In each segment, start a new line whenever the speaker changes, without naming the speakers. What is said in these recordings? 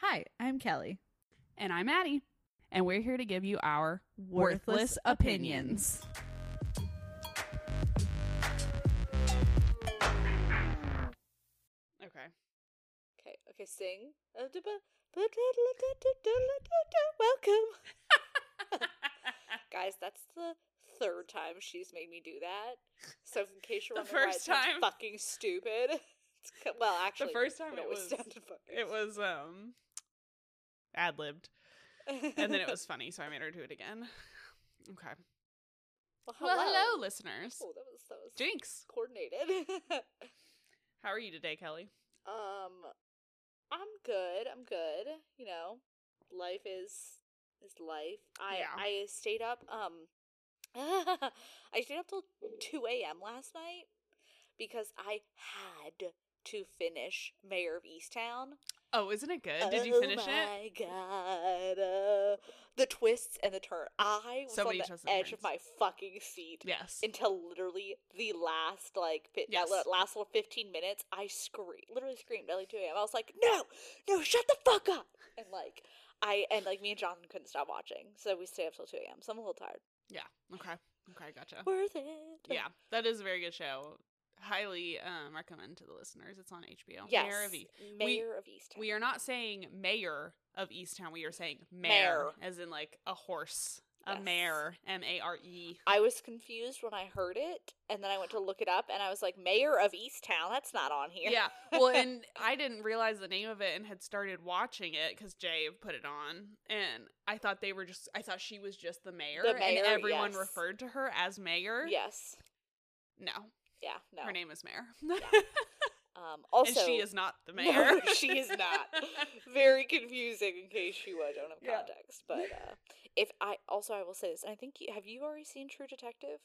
Hi, I'm Kelly.
And I'm Addie. And we're here to give you our
Worthless opinions.
Okay.
Okay, okay, sing. Welcome. Guys, that's the third time she's made me do that. So in case you're
The
wondering why it
first
sounds
time-
fucking stupid. It's c- well, actually,
first time it
always
was-
sounded fucking.
it was um ad libbed. And then it was funny, so I made her do it again. Okay.
well, hello.
Well, hello, listeners.
Oh, that was that was
Jinx,
coordinated.
how are you today, Kelly?
Um, I'm good. I'm good. You know, life is is life. I
Yeah.
I stayed up. Um, I stayed up till two a.m. last night because I had to finish Mayor of Easttown.
Oh, isn't it good? Did you
Oh
finish it?
my god! uh, the twists and the turn. I was
So
on
many
the
twists and
edge of
turns.
my fucking seat
Yes.
until literally the last like fi-
Yes.
that la- last little 15 minutes i screamed literally screamed at like 2 a.m i was like no no shut the fuck up and like i and like me and jonathan couldn't stop watching so we stayed up till 2 a.m so i'm a little tired
Yeah. Okay. Okay, gotcha.
worth it
Yeah, that is a very good show. Highly um, recommend to the listeners. It's on HBO.
yes
Mayor of E. We-
mayor of east
We are not saying mayor of Easttown. We are saying mare,
Mare.
as in like a horse, a
Yes.
mare, M A R E.
i was confused when i heard it and then i went to look it up and i was like mayor of east town that's not on here
Yeah. Well, and I didn't realize the name of it and had started watching it because Jay put it on, and I thought they were just. I thought she was just the mayor,
The mayor,
and everyone
yes.
referred to her as mayor.
yes
No,
yeah no
her name is Mayor,
um also
and she is not the
No,
mayor.
she is not. very confusing in case you uh, don't have
Yeah.
context. But uh, if I also I will say this, and I think you, have you already seen True Detective?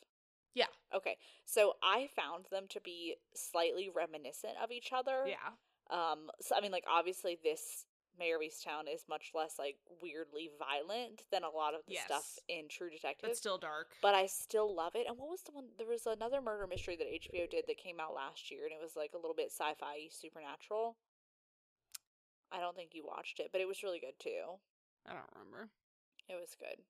Yeah.
Okay, so I found them to be slightly reminiscent of each other.
yeah.
Um. So I mean, like obviously this Mayor of Easttown is much less like weirdly violent than a lot of the stuff
Yes.
in True Detective.
But still dark.
But I still love it. And what was the one? There was another murder mystery that HBO did that came out last year, and it was like a little bit sci-fi supernatural. I don't think you watched it, but it was really good too.
I don't remember.
It was good.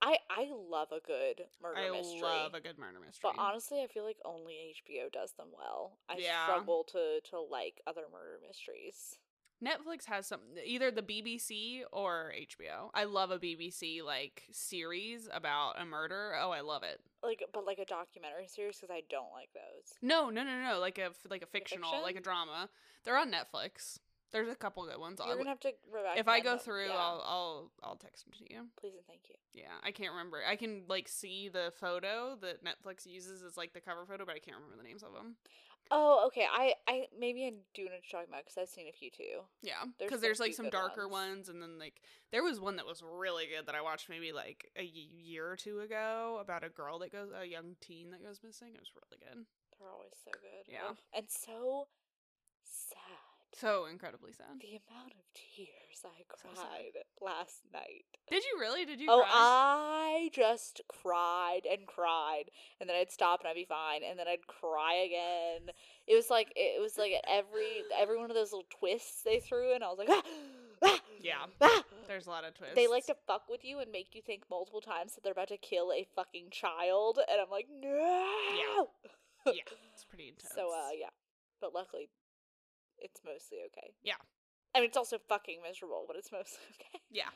I I love a good murder
I
mystery.
love a good murder mystery.
but honestly, I feel like only HBO does them well. I
Yeah.
struggle to to like other murder mysteries.
Netflix has some either the BBC or HBO. I love a BBC like series about a murder. Oh, I love it.
Like, but like a documentary series because I don't like those.
No, no, no, no. Like a f- like a fictional,
fiction?
like a drama. They're on Netflix. There's a couple good ones.
You're
on.
gonna have to.
If I
recommend
go
them.
through,
Yeah.
I'll I'll I'll text them to you.
please and thank you.
Yeah, I can't remember. I can like see the photo that Netflix uses as like the cover photo, but I can't remember the names of them.
Oh, okay. I, I maybe I do know what you're talking about because I've seen a few too.
Yeah,
There's
because
been a
there's like
few
some
good
darker
ones.
ones. and then like there was one that was really good that I watched maybe like a y- year or two ago about a girl that goes, a young teen that goes missing. It was really good,
They're always so good.
Yeah.
Ugh. and so sad.
so incredibly sad.
The amount of tears I
So sad.
cried last night.
Did you really? Did you?
Oh,
cry?
I just cried and cried, and then I'd stop and I'd be fine, and then I'd cry again. It was like it was like at every every one of those little twists they threw, and I was like, ah, ah,
Yeah.
ah."
There's a lot of twists.
They like to fuck with you and make you think multiple times that they're about to kill a fucking child, and I'm like, no.
yeah, it's pretty intense.
So uh, yeah, but luckily, it's mostly okay.
Yeah.
I mean, it's also fucking miserable, but it's mostly okay.
yeah.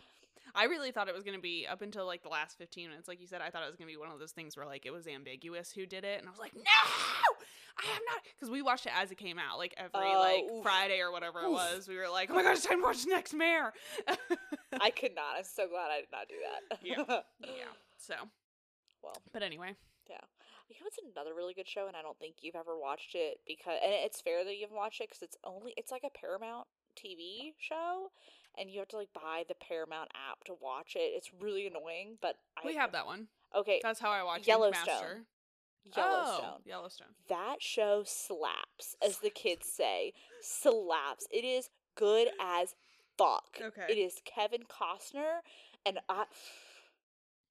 I really thought it was gonna be up until like the last fifteen minutes, like you said. I thought it was gonna be one of those things where like it was ambiguous who did it, and I was like, no, I am not, because we watched it as it came out, like every
Oh,
like
oof.
Friday or whatever it
Oof.
was. We were like, oh my gosh, time to watch next mayor.
I could not. I'm so glad I did not do that.
Yeah. yeah. So,
Well,
but anyway,
you know, it's another really good show, and I don't think you've ever watched it because, and it's fair that you haven't watched it because it's only it's like a Paramount TV show, and you have to like buy the Paramount app to watch it. It's really annoying, but
we
I,
have that one.
Okay,
That's how I watch
Yellowstone.
Master.
Yellowstone.
Oh, Yellowstone.
That show slaps, as the kids say. Slaps. It is good as fuck.
Okay.
It is Kevin Costner, and I.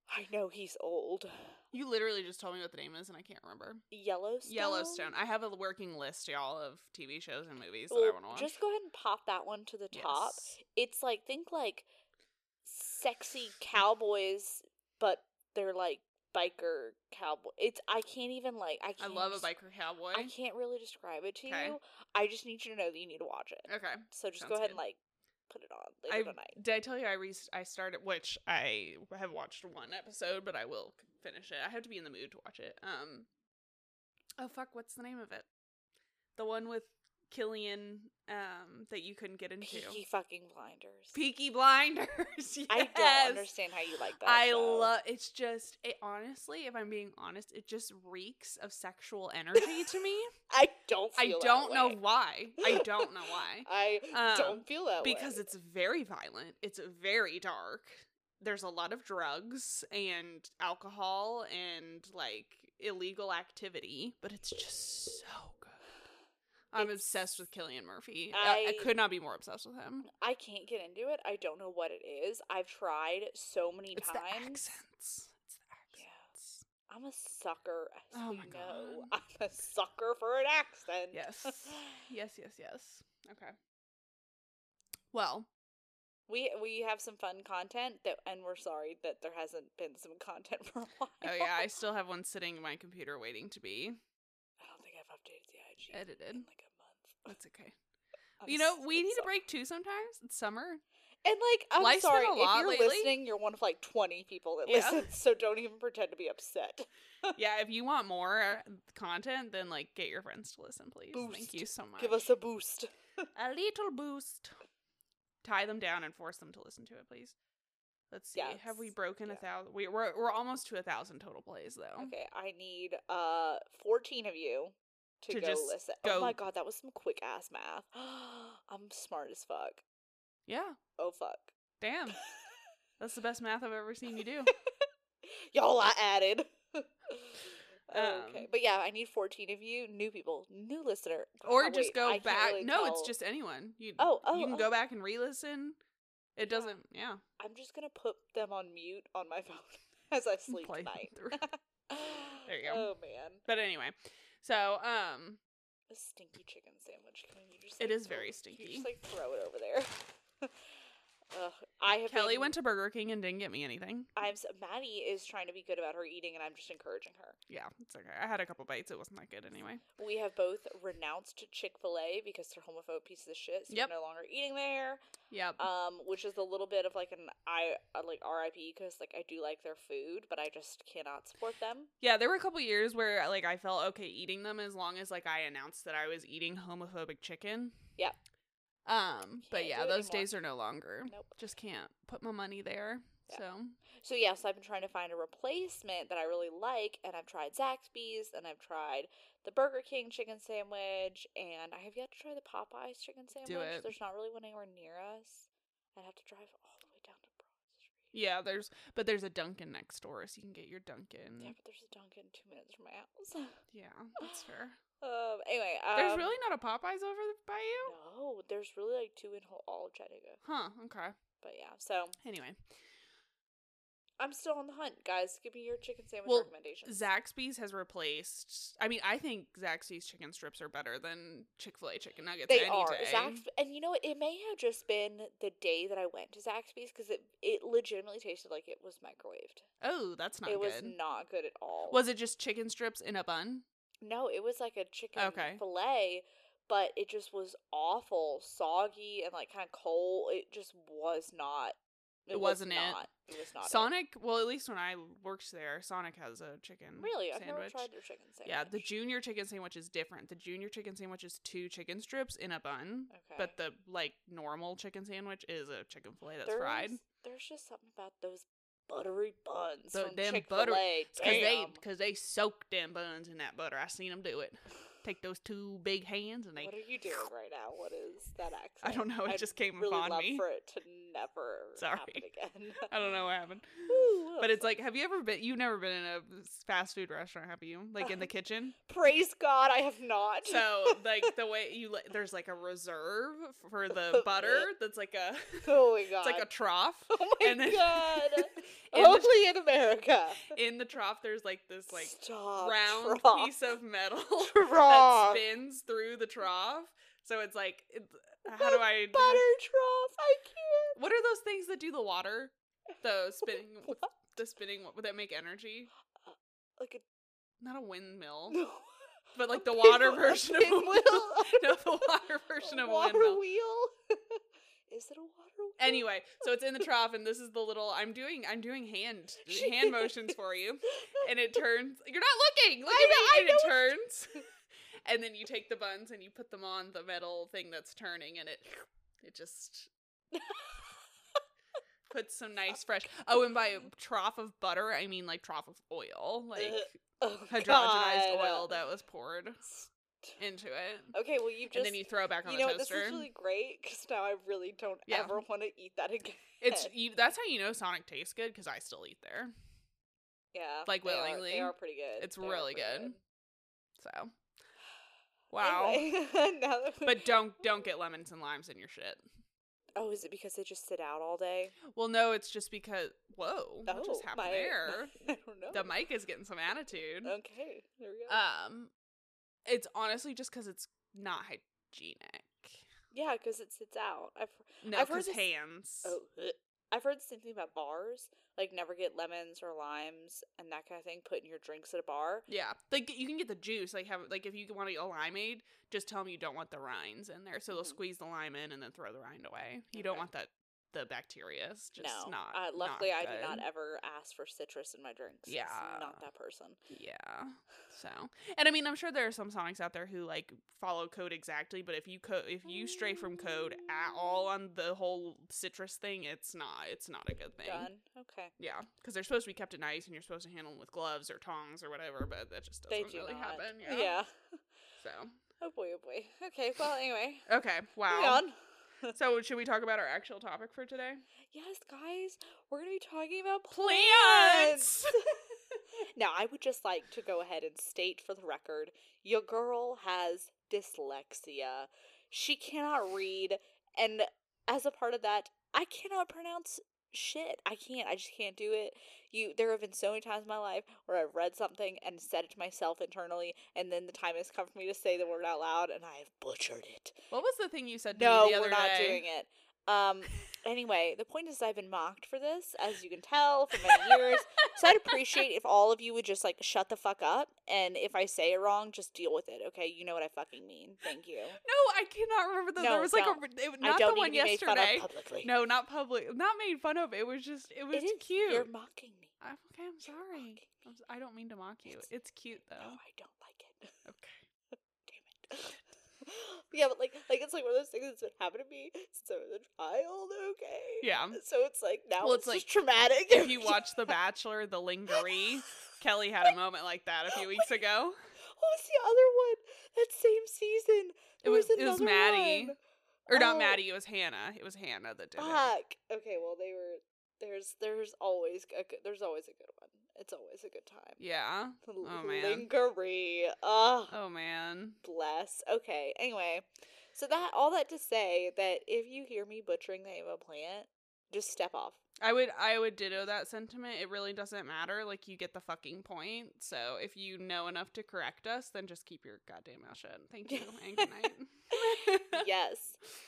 I know he's old.
You literally just told me what the name is, and I can't remember.
Yellowstone.
Yellowstone. I have a working list, y'all, of TV shows and movies that I
Well,
want to watch.
just go ahead and pop that one to the top.
Yes.
It's like think like sexy cowboys, but they're like biker cowboy. It's I can't even like I
I
can't
love a
des-
biker cowboy.
I can't really describe it to
Okay.
you. I just need you to know that you need to watch it.
Okay.
So just go
sounds
ahead
good.
and like put it on later
I
tonight.
did I tell you I re- I started which I have watched one episode, but I will c- finish it. I have to be in the mood to watch it. Um, oh fuck, what's the name of it? The one with Killian um that you couldn't get into.
Peaky fucking blinders.
Peaky Blinders.
I
yes.
don't understand how you like that.
I
show.
love it's just it honestly, if I'm being honest, it just reeks of sexual energy to me.
I don't.
I
feel that
don't know
way.
why. I don't know why.
I
Um,
don't feel that way.
because it's very violent. It's very dark. There's a lot of drugs and alcohol and like illegal activity, but it's just so good. I'm
It's-
obsessed with Killian Murphy. I, I
I-
could not be more obsessed with him.
I can't get into it. I don't know what it is. I've tried so many
It's the
times.
accents. It's the
Yeah.
accents.
I'm a sucker. As
Oh
you
my
know.
God.
I'm a sucker for an accent.
Yes. Yes, yes, yes. Okay. Well,
we we have some fun content that, and we're sorry that there hasn't been some content for a while.
oh yeah, I still have one sitting in my computer waiting to be
I don't think I've updated the IG
edited.
in like a month.
That's okay.
I'm
You know,
s-
we
I'm
need a
sorry.
break too sometimes. It's summer.
And like, I'm
Life's been
sorry
a
if
lot
you're
lately.
listening, you're one of like 20 people that
Yeah.
listen. So don't even pretend to be upset.
yeah, if you want more uh, content, then like get your friends to listen, please. Thank
Boost.
you so much.
Give us a boost.
a little boost. Tie them down and force them to listen to it, please. Let's see. Have we
Yes.
broken a
Yeah.
thousand? We, we're we're almost to a thousand total plays though.
Okay, I need uh 14 of you to,
To
go
just
listen.
go-
Oh my god, that was some quick ass math. I'm smart as fuck.
Yeah.
Oh fuck.
Damn. That's the best math I've ever seen you do.
Y'all I added.
Um,
okay. But yeah, I need 14 of you, new people, new listener.
Or
Oh,
just
wait,
go
I can't
back.
really
no, it's
tell.
just anyone. You
Oh, oh,
you can
oh.
go back and re-listen. It doesn't. Yeah.
I'm just going to put them on mute on my phone as I sleep
Play
tonight.
through. There you go.
Oh man.
But anyway, so um,
A stinky chicken sandwich. Can you just
It
like,
is
throw-
very
can
stinky.
You just like throw it over there. Ugh, I have
Kelly
been-
went to Burger King and didn't get me anything.
I'm s- Maddie is trying to be good about her eating, and I'm just encouraging her.
Yeah, it's okay. I had a couple bites. It wasn't that good anyway.
We have both renounced Chick Fil A because they're homophobe pieces of shit, so
Yep.
we're no longer eating there.
Yep.
Um, which is a little bit of like an I uh, like RIP because like I do like their food, but I just cannot support them.
Yeah, there were a couple years where like I felt okay eating them as long as like I announced that I was eating homophobic chicken.
Yep.
Um, but
Can't
yeah,
do it
those
anymore.
days are no longer.
Nope.
Just can't put my money there.
Yeah.
So
So yes, I've been trying to find a replacement that I really like, and I've tried Zaxby's, and I've tried the Burger King chicken sandwich, and I have yet to try the Popeyes chicken sandwich.
it.
There's not really one anywhere near us. I'd have to drive all the way down to Broad Street.
yeah, there's but there's a Dunkin' next door, so you can get your Dunkin'.
Yeah, but there's a Dunkin' two minutes from my house.
Yeah, that's fair.
Um. Anyway, um,
there's really not a Popeyes over th- by you?
no. There's really like two in whole all of Chattanooga.
Huh, okay.
But yeah, so
Anyway.
I'm still on the hunt, guys. Give me your chicken sandwich
Well,
recommendations.
Zaxby's has replaced. I mean, I think Zaxby's chicken strips are better than Chick Fil A chicken nuggets.
They
any
are
day.
Zaxby, and you know what? It may have just been the day that I went to Zaxby's because it it legitimately tasted like it was microwaved.
Oh, that's not
it was
good.
not good at all.
was it just chicken strips in a bun?
no, it was like a chicken
Okay.
fillet, but it just was awful, soggy, and like kind of cold. It just was not.
It
was
wasn't it.
not- It was not. it.
Sonic. Well, at least when I worked there, Sonic has a chicken
Really, I've
sandwich.
never tried their chicken sandwich.
yeah, the junior chicken sandwich is different. The junior chicken sandwich is two chicken strips in a bun,
Okay.
but the like normal chicken sandwich is a chicken fillet that's
there's,
fried.
There's just something about those buttery buns
The
from
damn
Chick Fil
butter-
A.
It's because they because they soak them buns in that butter. I seen them do it. Take those two big hands and they
What are you doing right now? What is that accent?
I don't know. It
I'd
just came
really
upon
love
me.
for it to never
Sorry.
happen again.
I don't know what happened.
Ooh,
But it's like, have you ever been? You've never been in a fast food restaurant, have you? Like in the
Um,
kitchen.
praise God, I have not.
So like the way you li- there's like a reserve for the butter that's like a
oh my God,
it's like a trough.
oh my
and then-
God,
in, the,
only in America.
in the trough, there's like this like
Stop,
round
trough.
piece of metal that
trough.
spins through the trough. So it's like, it, how do I?
butter trough. I can't.
What are those things that do the water? The spinning,
What?
the spinning that make energy.
Like a
Not a windmill,
no,
but like
a
the
pin-
water
a
version of a
pinwheel.
windmill.
I don't
no, the
know.
water version
A
of a
water
windmill.
wheel. Is it a water wheel?
Anyway, so it's in the trough, and this is the little. I'm doing. I'm doing hand
She
hand motions for you, and it turns. You're not looking. Look
I know- I
at me. and
know
it turns, and then you take the buns and you put them on the metal thing that's turning, and it it just puts some nice fresh. Oh, and by a trough of butter, I mean like trough of oil, like
Oh,
hydrogenized
God.
oil that was poured into it,
Okay, well you just
and then you throw it back on
you
the
know what, this
toaster.
is really great because now I really don't
Yeah.
ever want to eat that again.
It's you, that's how you know Sonic tastes good because I still eat there.
yeah,
like,
they are-
willingly.
they are pretty good.
It's
They are
really
pretty
good. So, wow.
Anyway, now that we-
But don't don't get lemons and limes in your shit.
oh, is it because they just sit out all day?
Well, no, it's just because whoa,
Oh,
what just happened
my- Oh,
there?
I don't know.
The mic is getting some attitude.
Okay, there we go.
Um, it's honestly just because it's not hygienic.
yeah, because it sits out. I've
No,
I've heard
because
this-
hands.
oh, ugh. I've heard the same thing about bars. Like never get lemons or limes and that kind of thing put in your drinks at a bar.
Yeah, like you can get the juice. Like have like if you want a limeade, just tell them you don't want the rinds in there. So they'll
Mhm.
squeeze the lime in and then throw the rind away. You don't
Okay.
want that. The bacteria is just
no,
not.
uh, luckily
not
I do not
good.
ever ask for citrus in my drinks. It's
Yeah.
not that person.
Yeah. So, and I mean, I'm sure there are some Sonics out there who like follow code exactly, but if you co- if you stray from code at all on the whole citrus thing, it's not it's not a good thing.
Done. Okay.
Yeah, because they're supposed to be kept in ice, and you're supposed to handle them with gloves or tongs or whatever, but that just doesn't
they do
really
not.
happen. Yeah.
Yeah.
So
Oh boy, oh boy. Okay. Well, anyway,
okay,
moving
wow.
on.
So should we talk about our actual topic for today?
Yes, guys, we're gonna be talking about plants.
Plants.
now, I would just like to go ahead and state for the record, your girl has dyslexia. She cannot read, and as a part of that, I cannot pronounce shit. I can't. I just can't do it. You. There have been so many times in my life where I've read something and said it to myself internally, and then the time has come for me to say the word out loud, and I have butchered it.
What was the thing you said? To
No,
me the other
we're not
day?
doing it. Um. Anyway, the point is, I've been mocked for this, as you can tell, for many years. So I'd appreciate if all of you would just like shut the fuck up, and if I say it wrong, just deal with it. Okay, you know what I fucking mean. Thank you.
No, I cannot remember the. there
No,
was like
don't.
a it,
I
not
don't
the
need
one
to be made fun
yesterday.
of publicly.
No, not public. Not made fun of. It was just. It was
it is
cute.
You're mocking me.
I'm, okay, I'm
You're
sorry.
mocking
I'm, s- I don't mean to mock you.
It's-
It's cute though.
No, I don't like it.
Okay.
Damn it. yeah, but like, like it's like one of those things that's been happening to me since I was a child. Okay.
Yeah.
So it's like now
Well,
it's,
it's like,
just traumatic.
If you watch The Bachelor, The Lingerie, Kelly had a moment like that a few weeks ago.
What was the other one? That same season.
It
There
was
was
it was
another
Maddie,
one.
or not
Oh.
Maddie. It was Hannah. It was Hannah that did it.
Fuck. Okay, well they were. There's there's always a good, there's always a good one. It's always a good time.
Yeah.
L-
Oh, man.
Lingerie. Ugh.
Oh man.
Bless. Okay. Anyway, so that all that to say that if you hear me butchering the name of a plant, just step off.
I would I would ditto that sentiment. It really doesn't matter. Like you get the fucking point. So if you know enough to correct us, then just keep your goddamn mouth shut. Thank you and good night.
yes.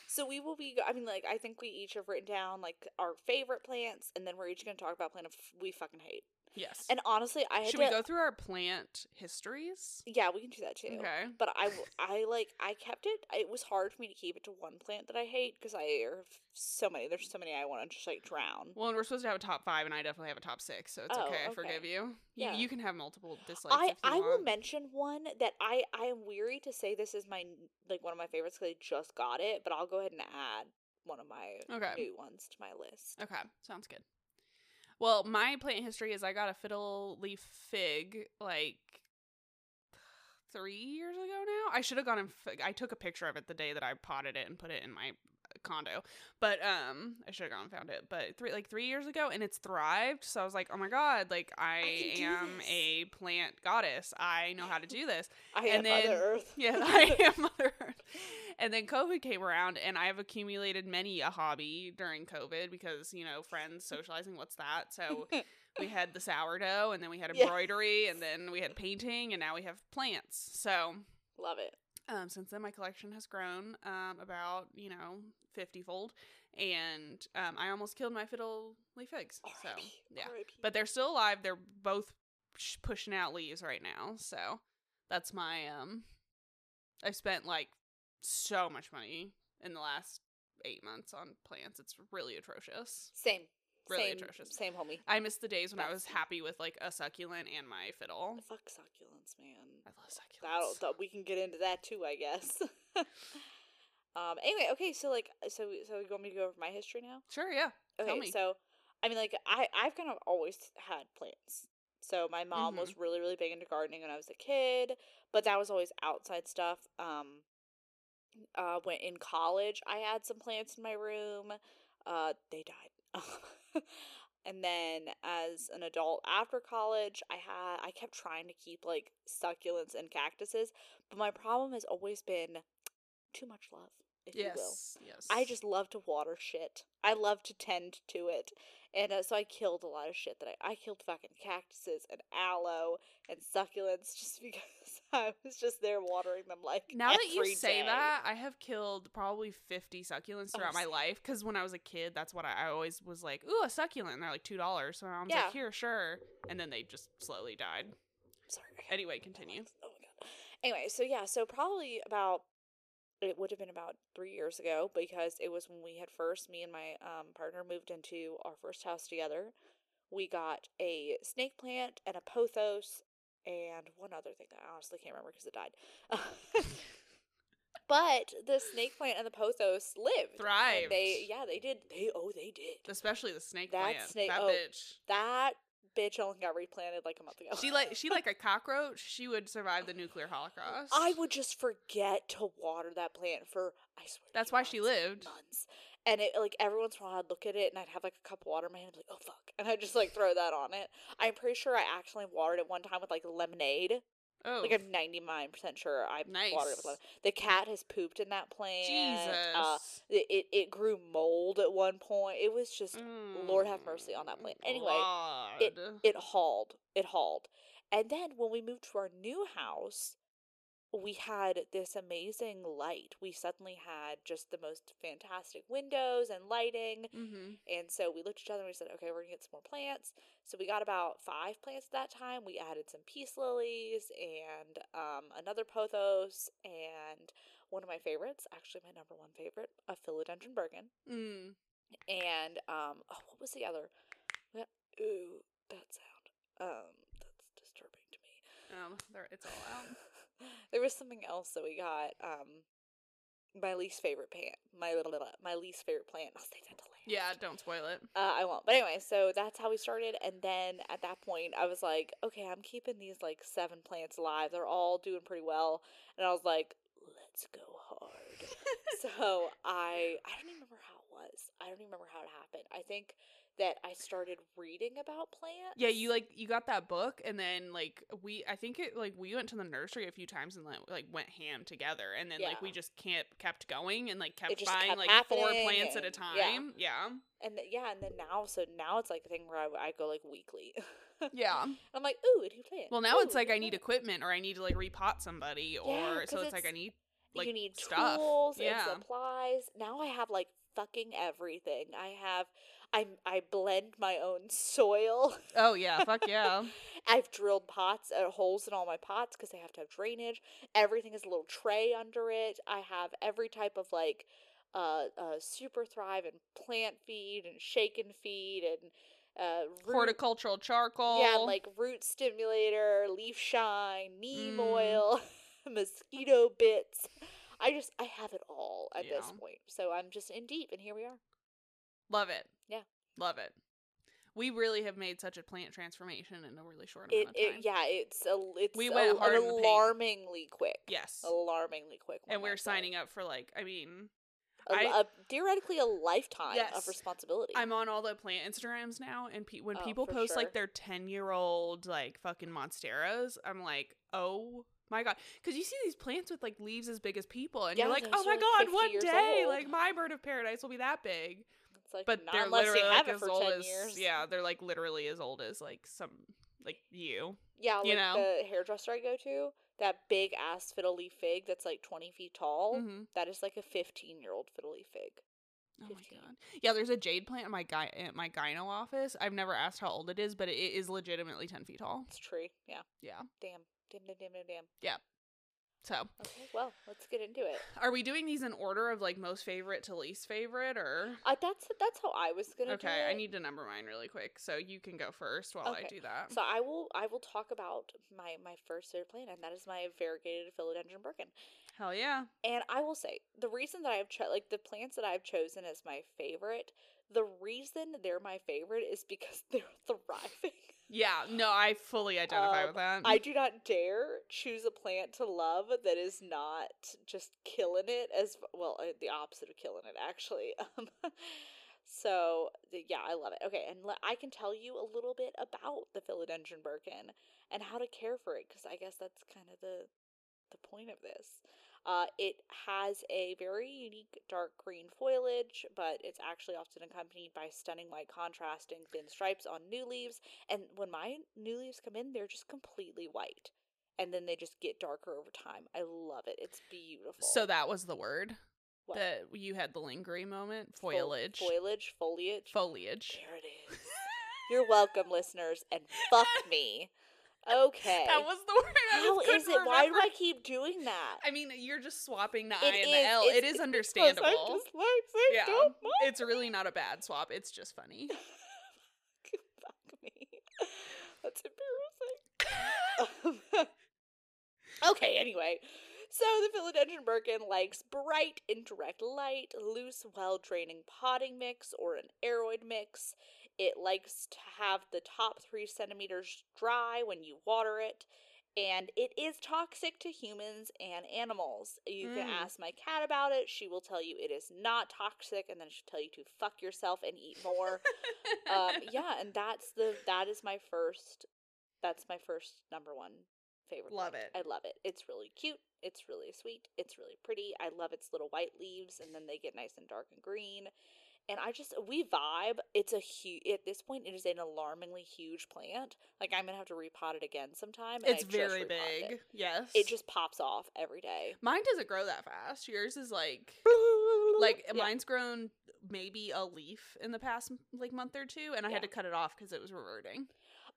So we will be. go- I mean, like I think we each have written down like our favorite plants, and then we're each going to talk about a plant of we fucking hate.
Yes.
And honestly, I had
Should
to.
we go through our plant histories?
yeah, we can do that too.
Okay.
But I, w- I like I kept it. It was hard for me to keep it to one plant that I hate because I there are so many. There's so many I want to just like drown.
Well, and we're supposed to have a top five, and I definitely have a top six, so it's
Oh,
okay. I
okay.
forgive you.
Yeah.
You, you can have multiple dislikes.
I
if you
I will
want.
mention one that I I am weary to say this is my n- like one of my favorites because I just got it, but I'll go ahead and add one of my
Okay.
new ones to my list.
Okay. Sounds good. Well, my plant history is I got a fiddle leaf fig like three years ago now. I should have gone and f- I took a picture of it the day that I potted it and put it in my condo. But um I should have gone and found it. But three like three years ago and it's thrived. So I was like, Oh my god, like I,
can do
am
this.
a plant goddess. I know how to do this.
I
And
am
then-
Mother Earth.
Yes, I am Mother Earth. And then COVID came around, and I have accumulated many a hobby during COVID because, you know, friends socializing, what's that? So we had the sourdough, and then we had
Yes.
embroidery, and then we had painting, and now we have plants. So
Love it.
um, since then, my collection has grown um, about, you know, 50 fold. And um, I almost killed my fiddle leaf figs. So,
R.I.P.,
yeah.
R.I.P..
But they're still alive. They're both sh- pushing out leaves right now. So that's my um. I've spent like so much money in the last eight months on plants. It's really atrocious.
same.
Really
same,
atrocious.
Same homie.
I miss the days when I was
That's-
happy with like a succulent and my fiddle.
Fuck succulents, man.
I love
That'll,
succulents.
that we can get into that too, I guess. um. Anyway, okay. So like, so so you want me to go over my history now?
Sure, yeah.
Okay,
Tell me.
so I mean, like I I've kind of always had plants. So my mom
Mm-hmm.
was really really big into gardening when I was a kid, but that was always outside stuff. Um, uh, when in college, I had some plants in my room. Uh, they died. and then as an adult after college, I had I kept trying to keep like succulents and cactuses, but my problem has always been too much love, if you will.
Yes. Yes.
I just love to water shit. I love to tend to it. And uh, so I killed a lot of shit that I, I killed fucking cactuses and aloe and succulents just because I was just there watering them like
now that you
every
say
day.
that, I have killed probably 50 succulents
Oh,
throughout my
same.
life because when I was a kid, that's what I, I always was like, ooh, a succulent. And they're like $2. So my mom's
Yeah.
like, here, sure. And then they just slowly died.
Sorry.
Anyway, continue.
Oh my god. Anyway, so yeah, so probably about it would have been about three years ago because it was when we had first me and my um, partner moved into our first house together. We got a snake plant and a pothos and one other thing that I honestly can't remember because it died. but the snake plant and the pothos lived.
Thrived.
And they yeah they did they oh they did
Especially the snake
That
plant.
snake-
that
oh.
bitch.
that bitch only got replanted like a month ago.
She like she like a cockroach. She would survive the nuclear holocaust.
I would just forget to water that plant for I swear. to
That's
you,
why she
months,
lived.
Months. And it like every once in a while I'd look at it and I'd have like a cup of water in my hand and be like, oh fuck. And I'd just like throw that on it. I'm pretty sure I accidentally watered it one time with like lemonade.
Oh,
Like I'm ninety nine percent sure I watered it
Nice.
with lemon. The cat has pooped in that plant.
Jesus.
Uh, it, it it grew mold at one point. It was just Lord have mercy on that plant.
Mm,
Anyway,
Lord.
it hauled it hauled and then when we moved to our new house we had this amazing light we suddenly had just the most fantastic windows and lighting
Mhm.
and so we looked at each other and we said okay we're gonna get some more plants so we got about five plants at that time we added some peace lilies and um, another pothos and one of my favorites actually my number one favorite a philodendron
Mm.
and um oh, what was the other that, ooh that sound um that's disturbing to me
Um, there, it's all out.
there was something else that we got um my least favorite plant my little my least favorite plant i'll say that to later
Yeah, don't spoil it.
uh, I won't. But anyway, so that's how we started. And then at that point, I was like, okay, I'm keeping these like seven plants alive. They're all doing pretty well. And I was like, let's go hard. so I I don't even remember how it was. I don't even remember how it happened. I think that I started reading about plants.
Yeah, you like you got that book, and then like we, I think it like we went to the nursery a few times and like, like went ham together, and then like we
Yeah.
just can't kept going and like kept
just
buying
kept
like four
happening
plants at a
and- yeah.
time. Yeah,
and th- yeah, and then now, so now it's like a thing where I, I go like weekly.
yeah.
I'm like, ooh, a new plant.
Well, now
Ooh,
it's
a
like
new
I need
plant."
equipment, or I need to like repot somebody, or so
'cause
it's like I
it's-
need like,
you need
stuff.
tools
Yeah.
and supplies. Now I have like fucking everything. I have I I blend my own soil.
Oh yeah, fuck yeah.
I've drilled pots uh, holes in all my pots because they have to have drainage. Everything is a little tray under it. I have every type of like uh, uh super thrive and plant feed and shaken feed and uh root
Horticultural charcoal.
yeah, like root stimulator, leaf shine, neem
Mm.
oil, mosquito bits. I just I have it all at this
Yeah.
point. So I'm just in deep and here we are.
love it.
Yeah.
love it. We really have made such a plant transformation in a really short
It,
amount of time.
it yeah, it's a it's
We
a-
went hard
an
in the paint.
alarmingly quick.
Yes.
Alarmingly quick.
and we're signing up for like i mean
A,
I-
a- theoretically, a lifetime
Yes.
of responsibility.
I'm on all the plant Instagrams now, and pe- when
Oh,
people
for
post
sure.
like their ten year old like fucking monsteros, I'm like, oh my god, because you see these plants with like leaves as big as people, and
Yeah,
you're like,
those
oh
are,
my
like,
god,
50
one
years
day
old.
like my bird of paradise will be that big.
it's like,
But
not
they're
unless
literally
they have
like,
it
as
for
old
10
as
years.
yeah, they're like literally as old as like some like you.
Yeah, like
you know?
the hairdresser I go to, that big ass fiddle leaf fig that's like 20 feet tall,
hmm
that is like a 15 year old fiddle leaf fig.
Oh my
15.
god. Yeah, there's a jade plant in my guy at my gyno office. I've never asked how old it is, but it is legitimately ten feet tall.
It's a tree. Yeah.
Yeah.
Damn. Damn, damn, damn, damn, damn.
So
Okay, well, let's get into it.
Are we doing these in order of like most favorite to least favorite or
Uh, that's that's how I was gonna do
Okay, I
it.
need to number mine really quick. So you can go first while
Okay,
I do that.
So I will I will talk about my my first favorite plant, and that is my variegated philodendron birkin.
Hell yeah.
And I will say the reason that I've cho- like the plants that I've chosen as my favorite, the reason they're my favorite is because they're thriving.
Yeah, no, I fully identify
Um,
with that.
I do not dare choose a plant to love that is not just killing it as well, uh, the opposite of killing it, actually. Um, so, th- yeah, I love it. Okay, and le- I can tell you a little bit about the philodendron birkin and how to care for it because I guess that's kind of the the point of this. Uh, it has a very unique dark green foliage, but it's actually often accompanied by stunning light contrasting thin stripes on new leaves. And when my new leaves come in, they're just completely white. And then they just get darker over time. I love it. It's beautiful.
so that was the word
What?
that you had the lingering moment.
Fo-
Foliage.
foliage, foliage.
Foliage.
there it is. You're welcome, listeners, and fuck me. Okay.
That was the word. I
How
just couldn't
is it? Why do
remember.
I keep doing that?
I mean, you're just swapping the
It
I and
is,
the L.
it's-
It is
it's
understandable.
Because I'm dyslexic,
Yeah.
don't mind
It's really not a bad swap. It's just funny.
Fuck me. That's embarrassing. Um, okay, anyway. So the philodendron birkin likes bright, indirect light, loose, well draining potting mix, or an aeroid mix. It likes to have the top three centimeters dry when you water it. And it is toxic to humans and animals. You can
Mm.
ask my cat about it. She will tell you it is not toxic, and then she'll tell you to fuck yourself and eat more um yeah and that's the that is my first that's my first number one favorite
Love
plant.
it.
i love it it's really cute it's really sweet it's really pretty i love its little white leaves and then they get nice and dark and green and i just we vibe it's a huge at this point it is an alarmingly huge plant like i'm gonna have to repot it again sometime and I
It's
just
very
repotted
big.
it.
Yes.
it just pops off every day
mine doesn't grow that fast. Yours is like like
Yeah.
mine's grown maybe a leaf in the past like month or two and I had to
Yeah.
cut it off cuz it was reverting.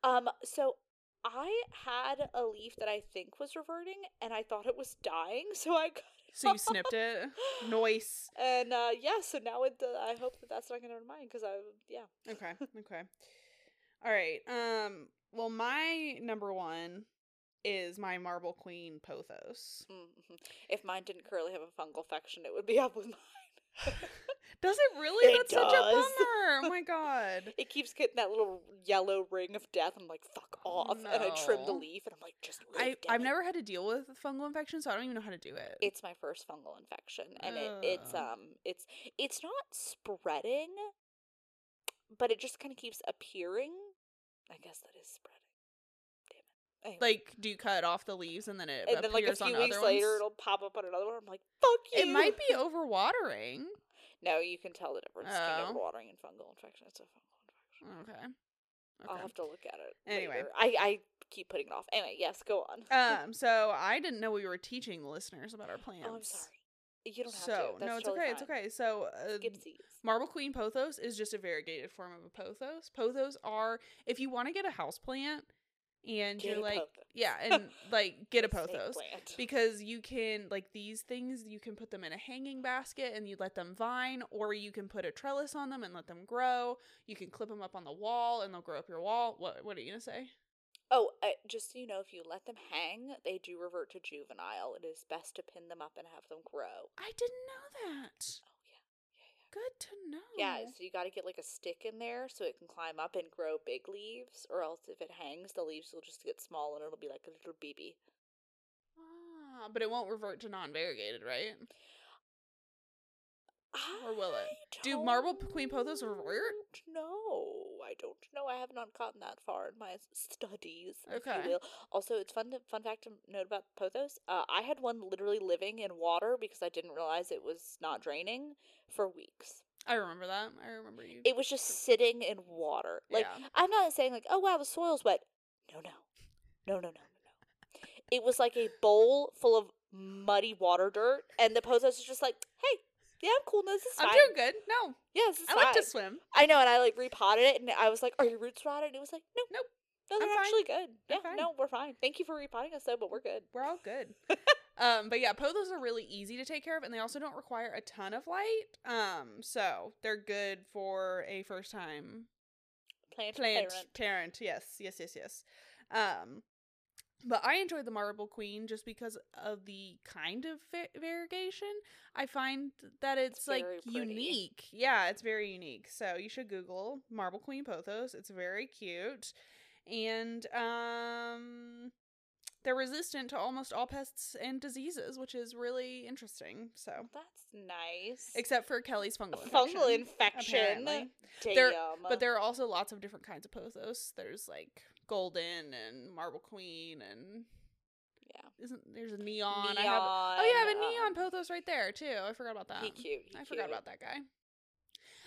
Um, so I had a leaf that I think was reverting, and I thought it was dying, so I cut
So you snipped it. Noise.
And uh, yeah, so now it. Uh, I hope that that's not going to mine because I yeah.
Okay. Okay. All right. Um well my number 1 is my marble queen pothos.
Mm-hmm. If mine didn't currently have a fungal infection, it would be up with mine.
Does it really?
It
That's such a
does.
bummer. Oh my god.
It keeps getting that little yellow ring of death. I'm like, fuck
Oh,
off, and I trim the
no.
leaf, and I'm like, just. Live,
I
damn
I've
it.
never had to deal with fungal infection, so I don't even know how to do it.
It's my first fungal infection, and it, it's
Ugh.
um, it's it's not spreading, but it just kind of keeps appearing. I guess that is spreading. Damn it. Anyway.
like do you cut off the leaves and then it
and then like a
appears on
few
other
weeks later,
ones?
it'll pop up on another one. I'm like, fuck you.
it might be overwatering.
No, you can tell the difference between
Oh.
watering and fungal infection. It's a fungal infection.
Okay.
I'll have
Okay.
to look at it.
Anyway.
later. I I keep putting it off. Anyway, yes, go on.
Um. So I didn't know we were teaching the listeners about our plants.
oh, I'm sorry. You don't have
so
to. That's
no, it's
totally
okay. It's
fine.
okay. So uh,
Skip C's.
marble queen pothos is just a variegated form of a pothos. Pothos are if you want to get a house plant and
Get
you're
a
like
pothos.
yeah, and like get a
Snake
pothos.
plant.
because you can like these things you can put them in a hanging basket and you let them vine or you can put a trellis on them and let them grow you can clip them up on the wall and they'll grow up your wall what what are you gonna say
Oh, uh, just so you know, if you let them hang, they do revert to juvenile. It is best to pin them up and have them grow.
i didn't know that
Oh yeah,
good to know
yeah, yeah. Yeah, so you got to get like a stick in there so it can climb up and grow big leaves, or else if it hangs, the leaves will just get small and it'll be like a little BB.
ah, but it won't revert to non-variegated right Or will it?
I
Do Marble
don't
Queen Pothos revert?
No, I don't know. I have not gotten that far in my s- studies, if
Okay.
you will. Also, it's fun to, fun fact to note about Pothos. Uh, I had one literally living in water because I didn't realize it was not draining for weeks.
I remember that. I remember you.
It was just sitting in water. Like
yeah.
I'm not saying like, oh wow, the soil's wet. No, no, no, no, no, no, no. It was like a bowl full of muddy water dirt, and the Pothos is just like, hey, yeah, I'm cool. No, this is
I'm
fine.
doing good. No,
Yeah, this is
I like
fine."
to swim.
I know, and I like repotted it, and I was like, "Are your roots rotted?" And it was like, "Nope,
Nope.
no, they're
I'm fine.
actually good.
I'm
yeah,
fine."
no, we're fine. Thank you for repotting us, though, but we're good."
We're all good. um, but yeah, pothos are really easy to take care of, and they also don't require a ton of light. Um, so they're good for a first time
Plant,
plant
parent.
parent. Yes, yes, yes, yes. Um, but I enjoyed the Marble Queen just because of the kind of va- variegation. I find that it's, like
very pretty.
unique. Yeah, it's very unique. So you should Google Marble Queen Pothos. It's very cute, and um, they're resistant to almost all pests and diseases, which is really interesting. So.
That's nice.
Except for Kelly's
A
fungal
fungal
infection,
infection.
apparently.
Damn.
They're- But there are also lots of different kinds of pothos. There's like golden and marble queen and
Yeah.
Isn't there's a neon? I have oh yeah, I have a neon pothos right there too. I forgot about that.
He cute. He
I
cute.
forgot about that guy.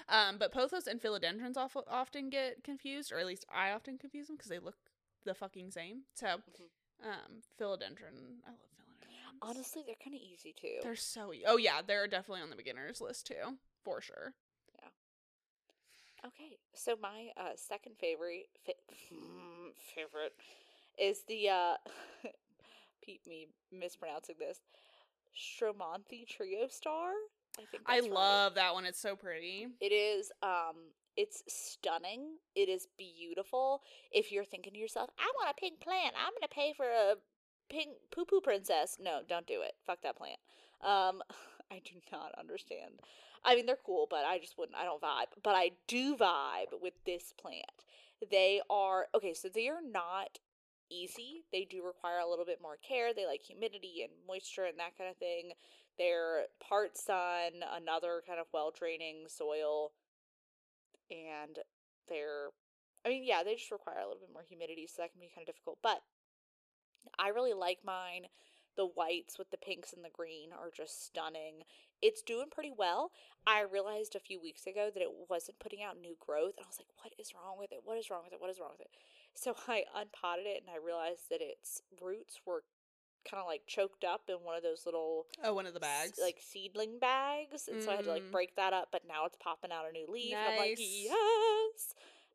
Um, but pothos and philodendrons off- often get confused, or at least I often confuse them because they look the fucking same. So,
Mhm.
um, philodendron. I love philodendrons.
Honestly, they're kind of easy too.
they're so. E- oh yeah, they're definitely on the beginners list too, for sure.
Okay, so my uh, second favorite fa- mm, favorite is the uh, peep me mispronouncing this Stromanthi trio star. I think
I
that's right.
love that one. It's so pretty.
it is um it's stunning. It is beautiful. If you're thinking to yourself, I want a pink plant. I'm gonna pay for a pink poo poo princess. No, don't do it. Fuck that plant. Um, I do not understand. I mean, they're cool, but I just wouldn't. I don't vibe. But I do vibe with this plant. They are okay. So they are not easy. They do require a little bit more care. They like humidity and moisture and that kind of thing. They're part sun, another kind of well draining soil, and they're. I mean, yeah, they just require a little bit more humidity, so that can be kind of difficult. But I really like mine. The whites with the pinks and the green are just stunning. It's doing pretty well. I realized a few weeks ago that it wasn't putting out new growth, and I was like, what is wrong with it? What is wrong with it? What is wrong with it? So I unpotted it and I realized that its roots were kind of like choked up in one of those little
Oh, one of the
s-
bags.
like seedling bags, and so I had to like
Mm.
break that up. But now it's popping out a new leaf, and I'm like,
Nice.
yes.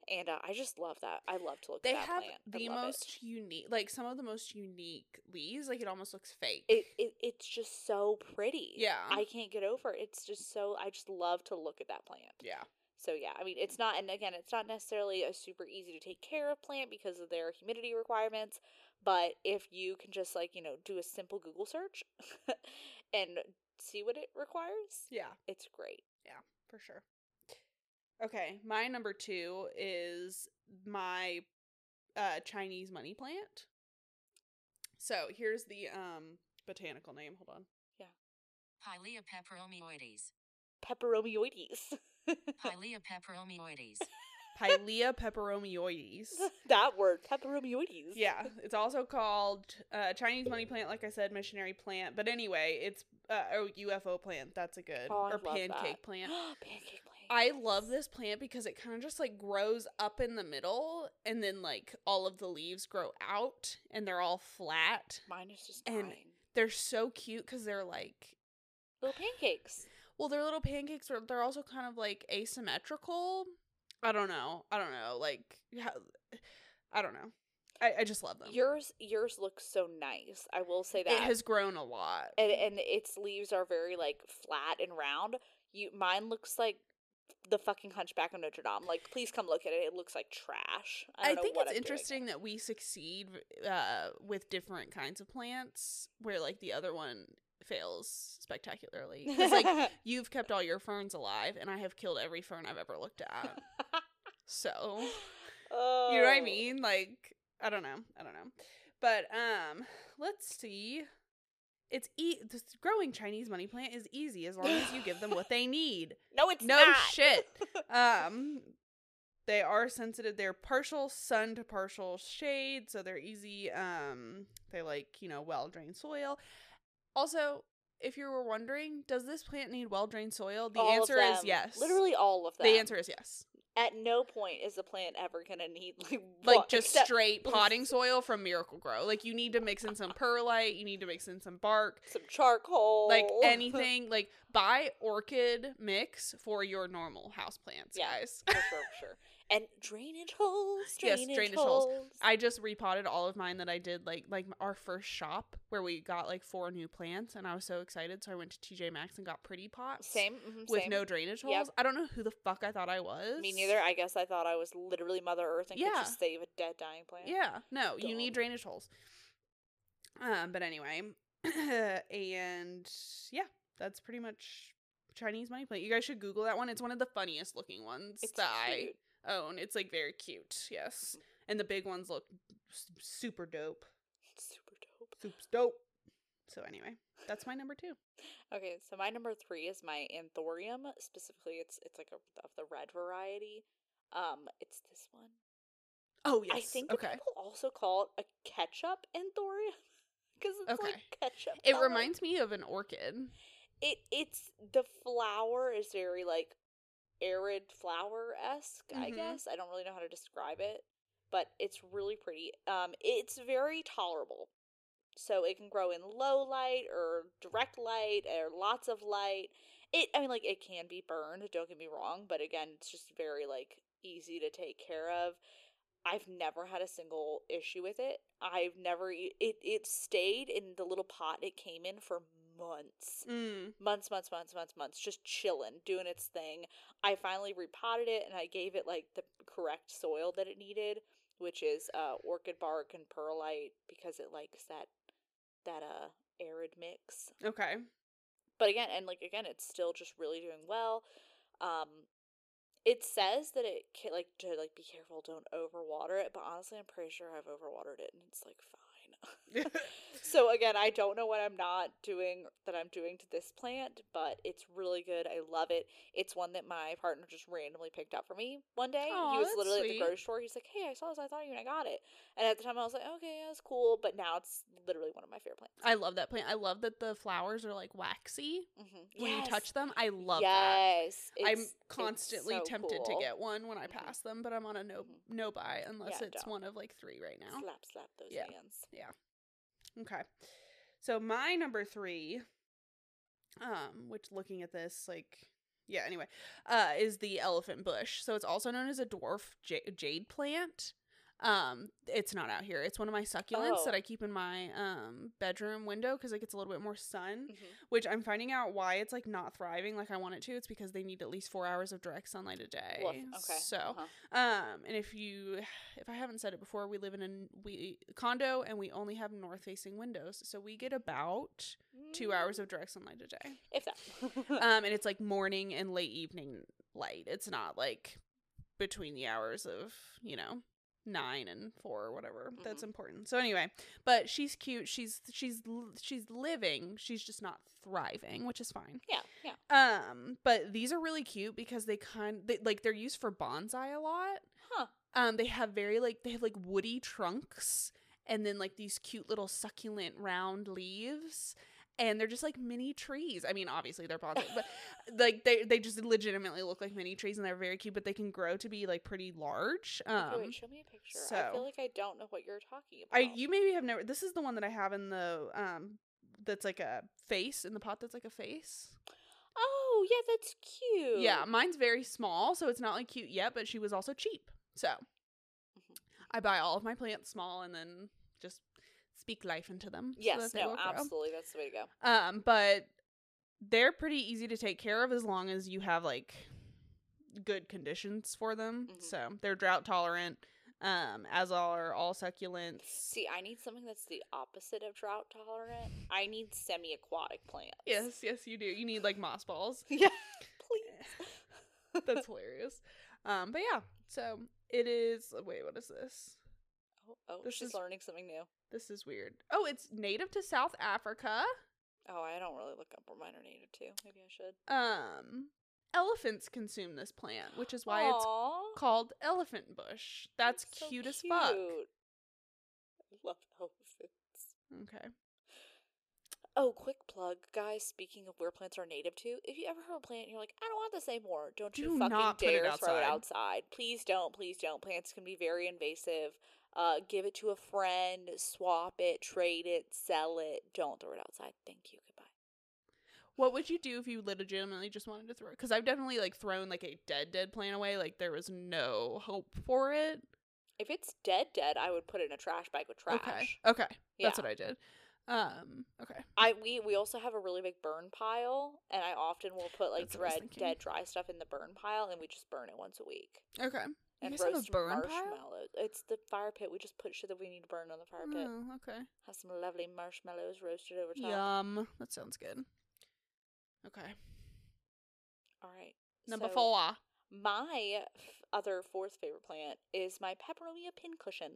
And uh, I just love that. I love to look
they
at that
have
plant. I
the
love it.
most unique like some of the most unique leaves like it almost looks fake
It, it it's just so pretty.
yeah
I can't get over it. It's just so I just love to look at that plant.
yeah
So yeah, I mean it's not and again it's not necessarily a super easy to take care of plant because of their humidity requirements, but if you can just like, you know, do a simple Google search and see what it requires,
yeah
it's great.
for sure okay my number two is my uh chinese money plant so here's the um botanical name hold on
Pylea peperomioides.
Peperomioides.
Pylea peperomioides.
pylea peperomioides
that word, peperomioides.
yeah it's also called uh chinese money plant like i said missionary plant but anyway it's uh oh ufo plant that's a good
Oh, I
or
love
pancake
that.
plant
pancake plant.
I love this plant because it kind of just like grows up in the middle and then like all of the leaves grow out and they're all flat.
Mine is just dying.
And- They're so cute cuz they're like
Little pancakes.
well, they're little pancakes but they're also kind of like asymmetrical. I don't know. I don't know. Like how, I don't know. I, I just love them.
Yours yours looks so nice. I will say that.
it has grown a lot.
and and its leaves are very like flat and round. You mine looks like the fucking Hunchback of Notre Dame. Like, please come look at it. It looks like trash. I,
I,
don't know
think
what
it's
I'm doing.
interesting that we succeed uh, with different kinds of plants, where like the other one fails spectacularly. 'Cause, like you've kept all your ferns alive, and I have killed every fern I've ever looked at. so
oh,
you know what I mean? Like I don't know, I don't know. But um, let's see. It's e- this growing Chinese money plant is easy as long as you give them what they need.
No, it's
No
not.
shit. Um, they are sensitive. They're partial sun to partial shade, so they're easy. Um, they like you know well drained soil. Also, if you were wondering, does this plant need well drained soil? The
All of
answer is
them.
yes.
Literally all of them.
the answer is yes.
At no point is the plant ever gonna need like
like
wa-
just
except
straight potting soil from Miracle Grow. Like you need to mix in some perlite, you need to mix in some bark,
some charcoal,
like anything. Like buy orchid mix for your normal houseplants,
Yeah.
guys.
for sure, for sure. And drainage holes.
Yes,
Drainage
drainage holes.
holes.
I just repotted all of mine that I did like like our first shop where we got like four new plants and I was so excited so I went to TJ Maxx and got pretty pots
same mhm,
with
same.
no drainage
Yep.
holes. I don't know who the fuck I thought I was.
Me neither. I guess I thought I was literally Mother Earth and could
Yeah.
just save a dead dying plant.
Yeah, no, you need
Dumb.
drainage holes. Um, but anyway, and yeah, that's pretty much Chinese money plant. You guys should Google that one. It's one of the funniest looking ones
it's
that
cute.
I own. It's like very cute. Yes, and the big ones look s- super dope.
Super dope.
Super dope. So anyway, that's my number two.
Okay, so my number three is my anthorium. Specifically, it's it's like a, of the red variety. Um, it's this one.
Oh yes.
I think that
okay.
people also call it a ketchup anthorium because it's like
Okay.
ketchup.
It
colored.
reminds me of an orchid.
it. It's the flower is very like arid flower esque. I
Mhm.
guess I don't really know how to describe it, but it's really pretty. Um, it's very tolerable, so it can grow in low light or direct light or lots of light. It. I mean, like it can be burned. Don't get me wrong, but again, it's just very like easy to take care of. I've never had a single issue with it. I've never e- it it stayed in the little pot it came in for months.
Mm.
Months, months, months, months, months, just chilling, doing its thing. I finally repotted it and I gave it like the correct soil that it needed, which is uh orchid bark and perlite because it likes that that uh arid mix
Okay.
but again and like again it's still just really doing well um it says that it can like to like be careful don't overwater it but honestly i'm pretty sure i've overwatered it and it's like fine so again i don't know what i'm not doing that i'm doing to this plant but it's really good i love it it's one that my partner just randomly picked up for me one day
Aw,
he was
that's
literally at
sweet.
the grocery store he's like hey i saw this i thought of you and i got it and at the time i was like okay that's cool but now it's literally one of my favorite plants
I love that plant. I love that the flowers are like waxy.
mm-hmm.
when you touch them. I love that.
yes,
I'm
it's- it's
constantly
so
tempted
cool.
to get one when I
Mhm.
pass them, but I'm on a no
Mhm.
no buy unless
Yeah,
it's
don't.
one of like three right now.
Slap, slap those
Yeah.
hands.
Okay. So my number 3 um which looking at this like yeah, anyway, uh is the elephant bush. So it's also known as a dwarf ja- jade plant. Um it's not out here. It's one of my succulents
Oh.
that I keep in my um bedroom window cuz it gets a little bit more sun
Mhm.
which I'm finding out why it's like not thriving like I want it to. It's because they need at least four hours of direct sunlight a day.
Woof, Okay.
So,
uh-huh.
um, and if you, if I haven't said it before, we live in a n- we condo and we only have north facing windows, so we get about two
Mm,
hours of direct sunlight a day.
if that.
Um, and it's like morning and late evening light. It's not like between the hours of you know nine and four or whatever. That's
Mm-hmm.
important. So anyway, but she's cute. She's she's l- she's living. She's just not thriving, which is fine.
yeah, yeah.
Um, but these are really cute because they kind they, like they're used for bonsai a lot.
Huh.
Um, they have very like they have like woody trunks and then like these cute little succulent round leaves. And they're just like mini trees. I mean, obviously they're bonsai, but like they they just legitimately look like mini trees, and they're very cute. But they can grow to be like pretty large. Um,
okay, wait, show me a picture. I
so-
feel like I don't know what you're talking about.
I you maybe have never. This is the one that I have in the um that's like a face in the pot that's like a face.
Oh yeah, that's cute.
Yeah, mine's very small, so it's not like cute yet, but she was also cheap. So
Mm-hmm.
I buy all of my plants small and then just speak life into them. so
Yes.
that they
no.
will grow.
Absolutely. That's the way to go.
Um, but they're pretty easy to take care of as long as you have like good conditions for them.
Mhm.
So they're drought tolerant, um, as are all succulents.
See, I need something that's the opposite of drought tolerant. I need semi-aquatic plants.
yes, yes, you do. You need like moss balls.
Yeah. Please.
That's hilarious. Um, but yeah, so it is. Wait, what is this?
Oh, oh
This
she's
is-
learning something new.
This is weird. Oh, it's native to South Africa.
Oh, I don't really look up where mine are native to. Maybe I should.
Um, elephants consume this plant, which is why it's
Aw,
called elephant bush. That's,
so
cute as fuck.
cute. I love elephants.
Okay.
Oh, quick plug, guys. Speaking of where plants are native to, if you ever have a plant and you're like, I don't want this anymore, don't
Do
you fucking
not put it
dare throw
outside.
it outside. Please don't. Please don't. Plants can be very invasive. Uh, give it to a friend, swap it, trade it, sell it. Don't throw it outside. Thank you. Goodbye.
What would you do if you legitimately just wanted to throw? Because I've definitely like thrown like a dead dead plant away. Like there was no hope for it.
If it's dead, dead, I would put it in a trash bag with trash.
Okay. Okay.
Yeah.
That's what I did. Um. Okay.
I we we also have a really big burn pile, and I often will put like
That's what I was
dread,
thinking.
dead, dry stuff in the burn pile, and we just burn it once a week.
Okay.
And
guys have a
roast
burn pile?
marshmallows. It's the fire pit. We just put shit that we need to burn on the fire pit.
Oh, okay.
Have some lovely marshmallows roasted over top.
Yum. That sounds good. Okay.
All right.
Number
so
four.
My f- other fourth favorite plant is my peperomia pincushion.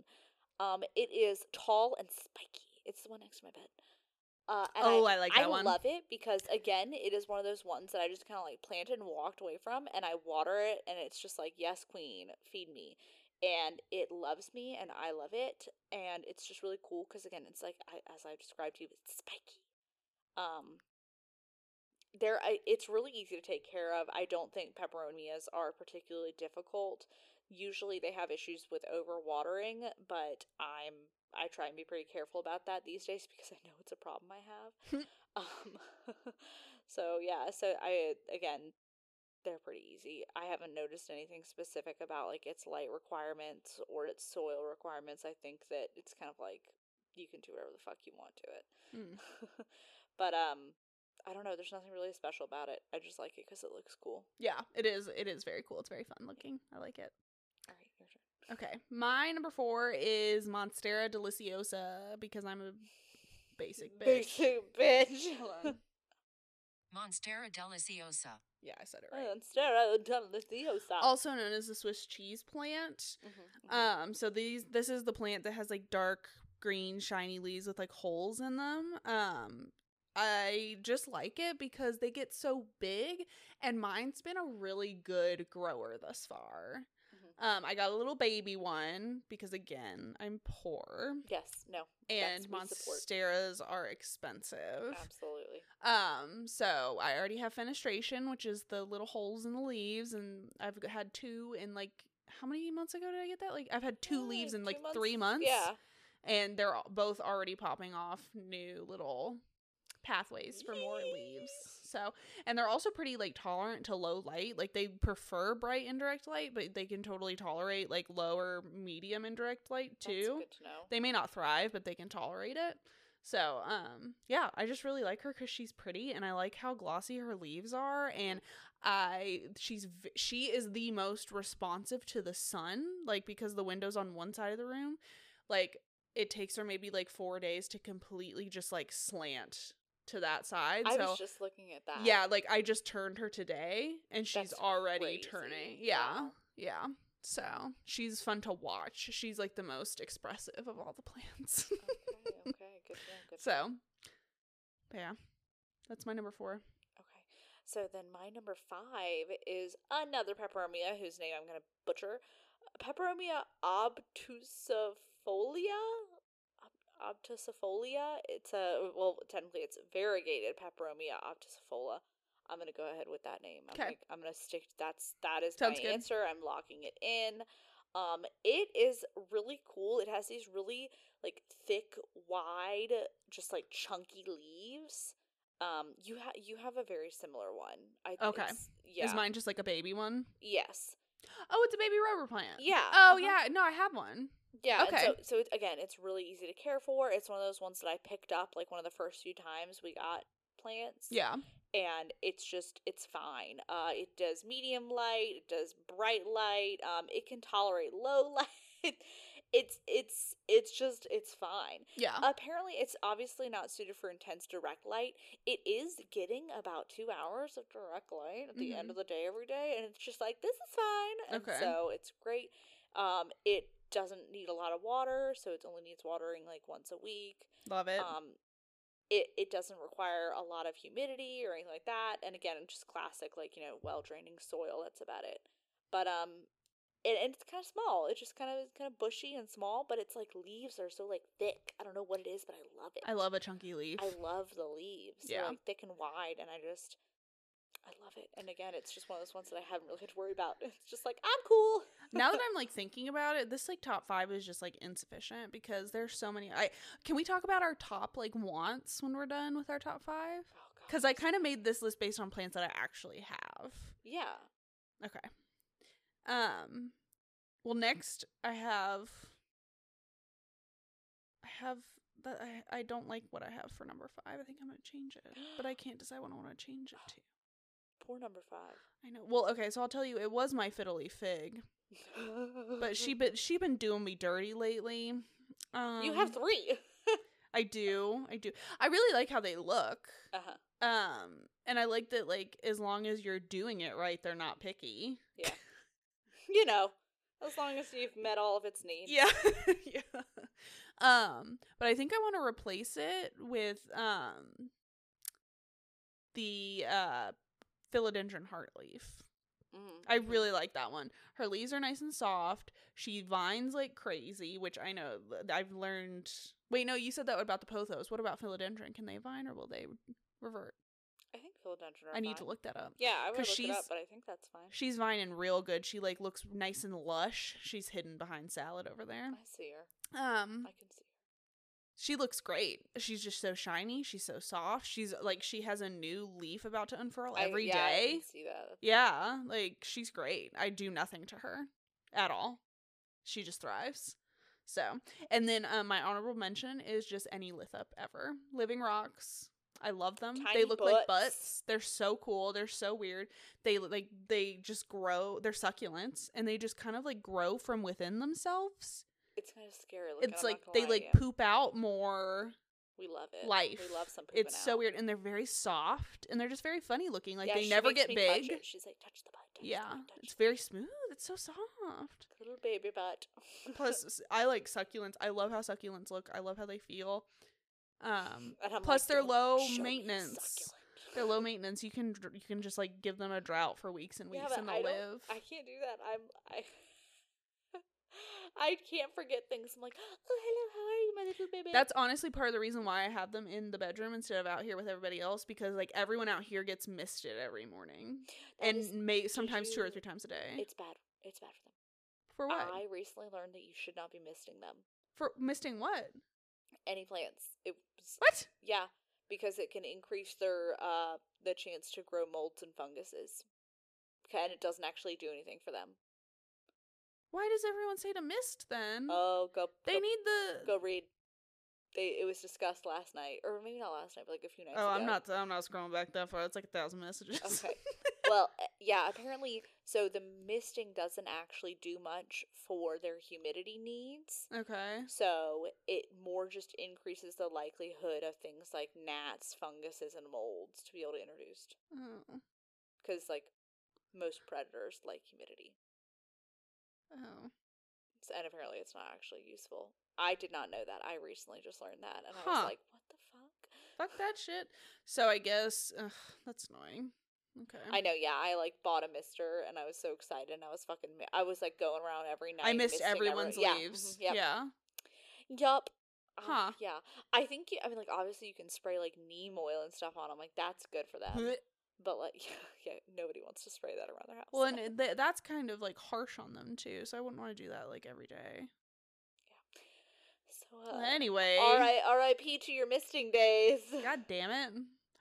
Um, it is tall and spiky. It's the one next to my bed. Uh, and
Oh, I like that
I
one.
love it because again, it is one of those ones that I just kind of like planted and walked away from, and I water it, and it's just like, yes, queen, feed me, and it loves me, and I love it, and it's just really cool because again, it's like I, as I described to you, it's spiky. Um, there, I, it's really easy to take care of. I don't think peperonias are particularly difficult. Usually, they have issues with overwatering, but I'm I try and be pretty careful about that these days because I know it's a problem I have. Um, so yeah, so I again, they're pretty easy. I haven't noticed anything specific about like its light requirements or its soil requirements. I think that it's kind of like you can do whatever the fuck you want to it.
Mm.
but um, I don't know. There's nothing really special about it. I just like it because it looks cool.
Yeah, it is. It is very cool. It's very fun looking. I like it.
All right, your turn.
Okay, my number four is Monstera deliciosa because I'm a basic bitch.
Basic bitch.
Hold on.
Monstera deliciosa.
Yeah, I said it right.
And stare at the diosa.
Also known as the Swiss cheese plant.
Mhm, mhm.
Um, so these this is the plant that has like dark green shiny leaves with like holes in them. Um, I just like it because they get so big, and mine's been a really good grower thus far. Um, I got a little baby one because again, I'm poor
yes. No.
and
we support.
monsteras are expensive.
Absolutely.
Um, so I already have fenestration, which is the little holes in the leaves, and I've had two in like how many months ago did I get that? Like I've had two
Yeah,
leaves in
Uh, two
like three months.
Yeah.
and they're all- both already popping off new little pathways for more leaves. So, and they're also pretty like tolerant to low light. Like they prefer bright indirect light, but they can totally tolerate like lower medium indirect light
That's
too
good to know.
they may not thrive but they can tolerate it so um yeah i just really like her because she's pretty and i like how glossy her leaves are and i she's v- she is the most responsive to the sun like because the windows on one side of the room like it takes her maybe like four days to completely just like slant to that side
I
so
was just looking at that.
yeah like i just turned her today and she's
That's
already
crazy.
turning yeah
Wow.
yeah so she's fun to watch she's like the most expressive of all the plants
Okay. Okay. Good. to know, Good. to know.
so yeah that's my number four
Okay. So then my number five is another peperomia whose name I'm gonna butcher. Peperomia obtusifolia. Ob- Obtusifolia. It's a well, technically it's variegated peperomia obtusifola. I'm gonna go ahead with that name. I'm,
Okay.
gonna, I'm gonna stick. That's that is
Sounds
my
good.
answer. I'm locking it in. Um, it is really cool. It has these really like thick, wide, just like chunky leaves. Um, you have you have a very similar one. I
Okay.
it's- Yeah.
is mine just like a baby one?
Yes.
Oh, it's a baby rubber plant
Yeah,
oh
uh-huh.
yeah no i have one
Yeah.
Okay.
Okay. So, so it, again, it's really easy to care for. It's one of those ones that I picked up like one of the first few times we got plants.
yeah
and it's just it's fine. Uh, it does medium light, it does bright light. Um, it can tolerate low light. it's it's it's just it's fine.
yeah
Apparently, it's obviously not suited for intense direct light. It is getting about two hours of direct light at the end
Mhm.
of the day every day, and it's just like this is fine. And
Okay.
so it's great. Um, it doesn't need a lot of water, so it only needs watering like once a week.
love it
Um, it, it doesn't require a lot of humidity or anything like that. And again, it's just classic, like, you know, well draining soil. That's about it. But, um, and, and it's kind of small. It's just kind of kind of bushy and small, but it's like leaves are so like thick. I don't know what it is, but I love it.
I love a chunky leaf.
I love the leaves. They're
Yeah.
like thick and wide, and I just I love it. And again, it's just one of those ones that I haven't really had to worry about. It's just like I'm cool.
now that I'm like thinking about it, this like top five is just like insufficient because there's so many. I can we talk about our top like wants when we're done with our top five?
Oh, God.
Because I kind of made this list based on plants that I actually have.
yeah,
Okay. Um. Well, next I have. I have that I I don't like what I have for number five. I think I'm gonna change it, but I can't decide what I want to change it to.
poor number five.
I know. Well, okay, so I'll tell you. It was my fiddly fig, but she been she been doing me dirty lately. Um,
you have three.
I do. I do. I really like how they look.
Uh-huh.
Um, and I like that. Like as long as you're doing it right, they're not picky.
You know, as long as you've met all of its needs.
Yeah. yeah. Um, but I think I want to replace it with um the uh philodendron heartleaf.
Mhm.
I really like that one. Her leaves are nice and soft. She vines like crazy, which I know th- I've learned. Wait, no, you said that about the pothos. What about philodendron? Can they vine or will they revert?
I think philodendron. Are
I need to
fine.
look that up.
Yeah, I would
'cause
look it up,
she's-
but I think that's fine.
She's vining real good. She like looks nice and lush. She's hidden behind salad over there.
I see her.
Um,
I can see her.
she looks great. She's just so shiny. She's so soft. She's like she has a new leaf about to unfurl
I-
every day.
yeah,
yeah,
I can see that.
like she's great. I do nothing to her at all. She just thrives. So, and then um, my honorable mention is just any lithup ever. Living rocks. I love them.
Tiny
they look
butts.
like butts. They're so cool. They're so weird. They like they just grow. They're succulents and they just kind of like grow from within themselves.
It's kind of scary. Looking,
It's
I'm not
like
gonna
they
lie to
like
you.
poop out more
We love it.
life.
We love some. pooping
It's so
out.
weird, and they're very soft, and they're just very funny looking. Like
Yeah,
they
she
never
makes
get
me touch
big.
it. She's like, touch the butt. Touch
Yeah,
the butt, touch
it's
the
very smooth. It's so soft.
butt." little baby butt.
Plus, s- I like succulents. I love how succulents look. I love how they feel. Um,
And I'm
plus
like,
they're
"Don't
low
show me a
maintenance.
succulent."
They're low maintenance. You can dr- you can just like give them a drought for weeks and
Yeah,
weeks,
but
and
I
they'll
don't-
live.
I can't do that. I'm I. I can't forget things. I'm like, oh hello, how are you, my little baby?
That's honestly part of the reason why I have them in the bedroom instead of out here with everybody else because like everyone out here gets misted every morning
That
and
is-
may sometimes two or
you-
three times a day.
it's bad. It's bad for them.
for what?
I recently learned that you should not be misting them.
For misting what?
Any plants. It was,
What?
yeah, because it can increase their uh the chance to grow molds and funguses. Okay, and it doesn't actually do anything for them.
Why does everyone say to mist then?
Oh, go.
Mm-hmm. they
go-
need the.
go read. They it was discussed last night, or maybe not last night, but like a few nights
oh,
ago.
I'm not. I'm not scrolling back that far. It's like a thousand messages.
Okay. well, eh, yeah. Apparently, so the misting doesn't actually do much for their humidity needs.
okay.
So it more just increases the likelihood of things like gnats, funguses, and molds to be able to introduce.
Oh.
Because like most predators like humidity,
Oh.
S- and apparently it's not actually useful. I did not know that. I recently just learned that, and I
Huh.
was like, "What the fuck?"
Fuck that shit. So I guess ugh, that's annoying. Okay.
I know, yeah. I like bought a mister, and I was so excited. And I was fucking. mi- I was like going around every night.
I missed
misting every-
everyone's
yeah,
leaves.
mhm, yep.
Yeah.
Yup. Uh,
Huh.
Yeah. I think you. I mean, like obviously you can spray like neem oil and stuff on them. Like that's good for them.
Blech.
But like, yeah, nobody wants to spray that around their house.
Well, and it- th- that's kind of like harsh on them too. So I wouldn't want to do that like every day.
so uh,
anyway.
all right, R.I.P. to your misting days.
God damn it.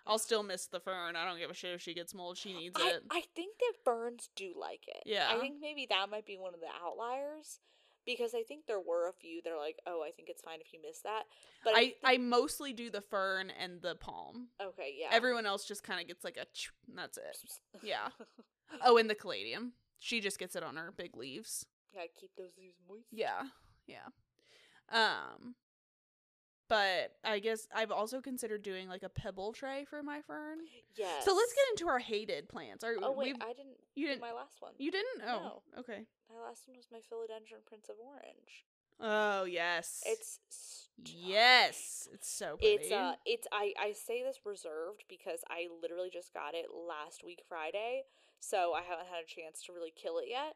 I'll still miss the fern. I don't give a shit if she gets mold. She needs
I,
it.
I think that ferns do like it. I
Yeah.
think maybe that might be one of the outliers because I think there were a few that are like, oh, I think it's fine if you miss that. But
I, I mostly do the fern and the palm.
okay, yeah.
Everyone else just kind of gets like a choo, and that's it. Yeah. Oh, and the caladium. She just gets it on her big leaves.
Gotta keep those leaves moist.
Yeah. Yeah. Um but I guess I've also considered doing like a pebble tray for my fern.
Yes.
So let's get into our hated plants. Are
Oh wait,
we've-
I didn't.
you
do
didn't
my last one.
You didn't? Oh.
No.
Okay.
my last one was my philodendron prince of orange.
Oh yes.
It's stunning.
yes. It's so pretty.
It's uh it's I I say this reserved because I literally just got it last week Friday, so I haven't had a chance to really kill it yet.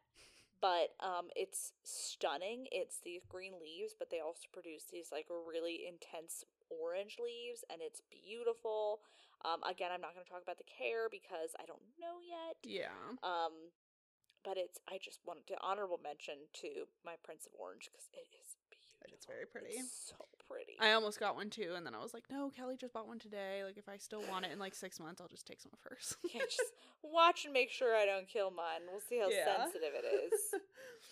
But um it's stunning. It's these green leaves, but they also produce these like really intense orange leaves and it's beautiful. Um again, I'm not going to talk about the care because I don't know yet.
yeah.
Um but it's I just wanted to honorable mention to my Prince of Orange cuz it is beautiful.
It's very pretty.
It's so pretty.
I almost got one too, and then I was like, no, Kelly just bought one today. Like if I still want it in like six months, I'll just take some of hers.
Yeah, just watch and make sure I don't kill mine. We'll see how
Yeah.
sensitive it is.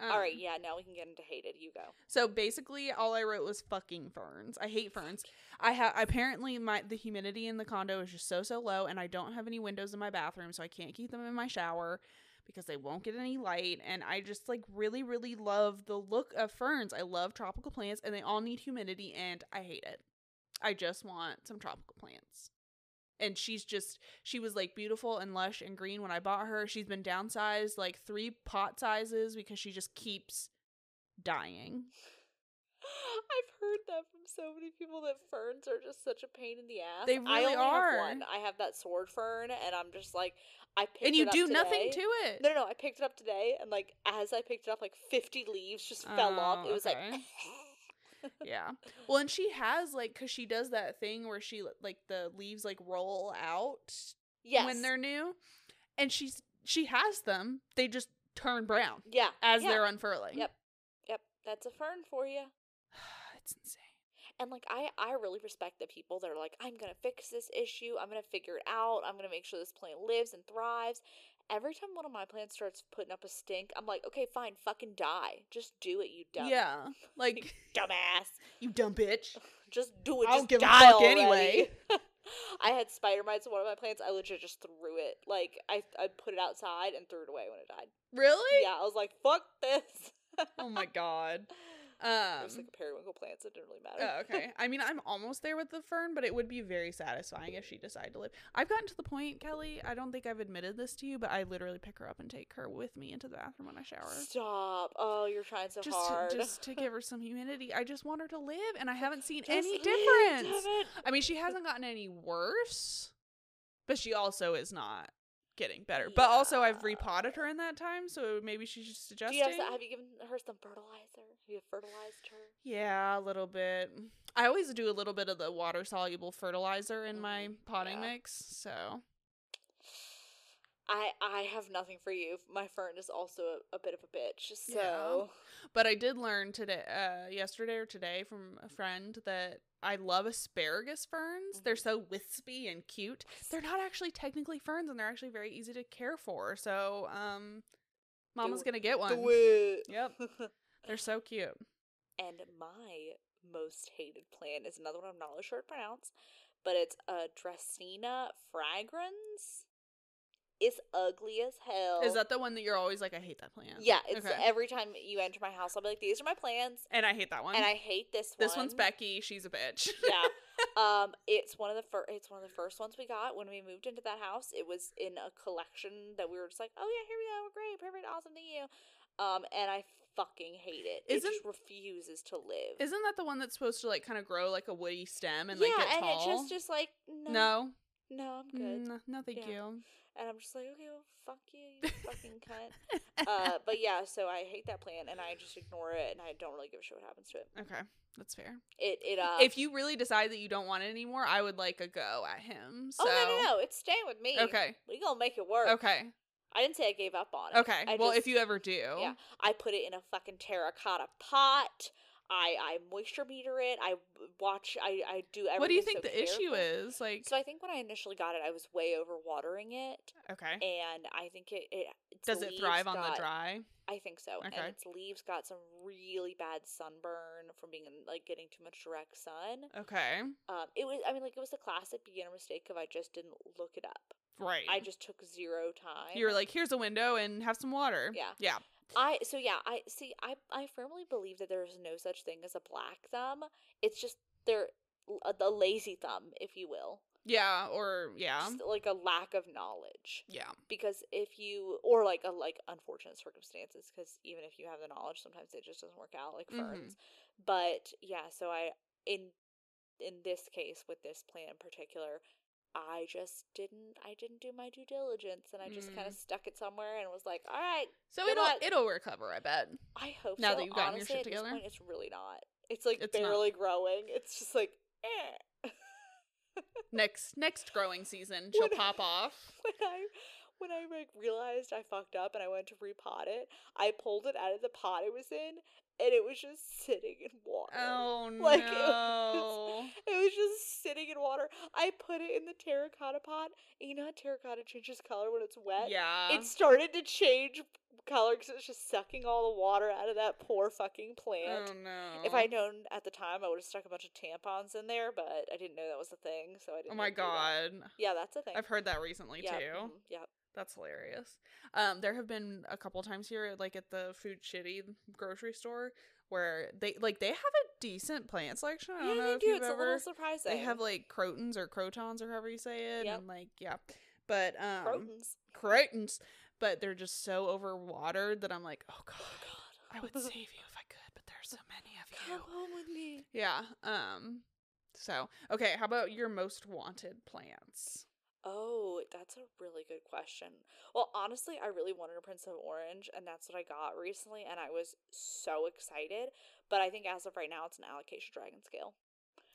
All
Um,
right, yeah, now we can get into hated. You go.
So basically, all I wrote was fucking ferns. I hate ferns. I have apparently my the humidity in the condo is just so so low, and I don't have any windows in my bathroom, so I can't keep them in my shower because they won't get any light. And I just like really really love the look of ferns. I love tropical plants, and they all need humidity, and I hate it. I just want some tropical plants. And she's just she was like beautiful and lush and green when I bought her. She's been downsized like three pot sizes because she just keeps dying.
I've heard that from so many people that ferns are just such a pain in the ass.
They
I
really
only
are.
Have one. I have that sword fern, and I'm just like, I picked
and you
it up
do nothing
today.
to it.
No, no, no, I picked it up today, and like as I picked it up, like 50 leaves just fell off.
Oh,
It was like,
okay. Yeah. Well, and she has like cuz she does that thing where she like the leaves like roll out
yes,
when they're new. And she's she has them. They just turn brown
yeah,
as
yeah.
they're unfurling.
Yep, yep, that's a fern for you.
it's insane.
and like I, I really respect the people that are like i'm gonna fix this issue i'm gonna figure it out i'm gonna make sure this plant lives and thrives every time one of my plants starts putting up a stink i'm like okay fine fucking die just do it you dumb
Yeah. Like
dumbass
you dumb bitch.
just do it
I don't
just
give a
die
fuck
already.
anyway.
i had spider mites in one of my plants i legit just threw it like I, I put it outside and threw it away when it died
Really?
yeah i was like fuck this
Oh my god.
it was like
Um
a periwinkle plant so it didn't really matter
Oh, okay. I mean, I'm almost there with the fern, but it would be very satisfying if she decided to live. I've gotten to the point, Kelly. I don't think I've admitted this to you, but I literally pick her up and take her with me into the bathroom when I shower.
Stop! Oh, you're trying so
Oh, Just
hard.
to, just to give her some humidity. I just want her to live, and I haven't seen
Just
any
leave,
difference.
damn it.
I mean, she hasn't gotten any worse, but she also is not getting better. But also, I've
Yeah.
repotted her in that time, so maybe she's just
Do
adjusting.
you have, to- have you given her some fertilizer? Have you fertilized her?
Yeah, a little bit. I always do a little bit of the water soluble fertilizer in my
Mhm,
potting
yeah.
mix. So,
I I have nothing for you. My fern is also a, a bit of a bitch. So
but I did learn today, uh, yesterday or today from a friend that I love asparagus ferns. They're
Mm-hmm.
so wispy and cute. They're not actually technically ferns, and they're actually very easy to care for. So, um, Mama's
Do-
gonna get one.
Do it.
Yep. They're so cute.
and my most hated plant is another one I'm not really sure how to pronounce, but it's a Dracaena fragrans. It's ugly as hell.
Is that the one that you're always like? I hate that plant.
Yeah, it's
Okay.
every time you enter my house, I'll be like, "These are my plants,"
and I hate that one.
and I hate this one.
this one's Becky. She's a bitch.
yeah. Um, it's one of the first. It's one of the first ones we got when we moved into that house. It was in a collection that we were just like, oh yeah, here we go, we're great, perfect, awesome, thank you. Um, and I fucking hate it. it
Isn't-
just refuses to live.
Isn't that the one that's supposed to like kind of grow like a woody stem and like
yeah,
get
and
tall?
it's just just like no, no,
no,
I'm good.
Mm, no, thank
Yeah.
you.
And I'm just like, okay, well, fuck you, you fucking cunt. Uh, but yeah, so I hate that plant, and I just ignore it, and I don't really give a shit what happens to it.
okay, that's fair.
It it uh.
if you really decide that you don't want it anymore, I would like a go at him. So.
oh no no no, it's staying with me.
Okay.
We gonna make it work.
Okay.
I didn't say I gave up on it.
Okay.
I
well,
just-
if you ever do,
Yeah, I put it in a fucking terracotta pot. I I moisture meter it. I watch. I I do everything.
what do you think
so
the issue
careful.
is? Like,
So I think when I initially got it, I was way over watering it,
okay,
and I think it it its
does it
leaves
thrive on
got-
the dry?
I think so.
Okay.
And its leaves got some really bad sunburn from being in, like getting too much direct sun.
Okay,
Um, it was I mean like it was the classic beginner mistake of I just didn't look it up.
right.
I just took zero time.
you were like, here's a window and have some water.
Yeah.
Yeah.
I so yeah, I see I I firmly believe that there is no such thing as a black uh, thumb. It's just they're l- the lazy thumb, if you will.
Yeah, or yeah.
Just, like a lack of knowledge
Yeah.
because if you or like a like unfortunate circumstances because even if you have the knowledge sometimes it just doesn't work out like
Mhm.
ferns but yeah so i in in this case with this plant in particular i just didn't i didn't do my due diligence and i just kind
Mm.
of stuck it somewhere and was like all right
So
Good
it'll
luck.
it'll recover, I bet.
i hope
Now
so.
that you've gotten your
Honestly,
shit
at this
together?
point, it's really not it's like
It's not.
barely growing it's just like eh.
Next next growing season, she'll
When-
pop off.
when I when I like realized I fucked up and I went to repot it, I pulled it out of the pot it was in, and it was just sitting in water.
Oh
Like, it
no.
was- It was just sitting in water. I put it in the terracotta pot. And you know how terracotta changes color when it's wet?
yeah.
It started to change color because it's just sucking all the water out of that poor fucking plant.
oh no.
If I'd known at the time, I would have stuck a bunch of tampons in there, but I didn't know that was a thing, so I didn't.
Oh my
do that.
god.
Yeah, that's a thing.
I've heard that recently
yeah,
too.
mhm, yeah.
That's hilarious. Um, there have been a couple times here, like at the food shitty grocery store, where they like they have a decent plant selection. I don't
yeah,
know
they
if
do.
you've
It's a
ever.
little surprising.
they have like crotons or crotons or however you say it,
Yep.
and like yeah, but um,
Crotons.
crotons, but they're just so overwatered that I'm like, oh god, I would save you if I could, but there's so many of you.
Come home with me.
Yeah. Um. So okay, how about your most wanted plants?
Oh, that's a really good question. Well, honestly, I really wanted a Prince of Orange, and that's what I got recently, and I was so excited. But I think as of right now, it's an allocation dragon scale.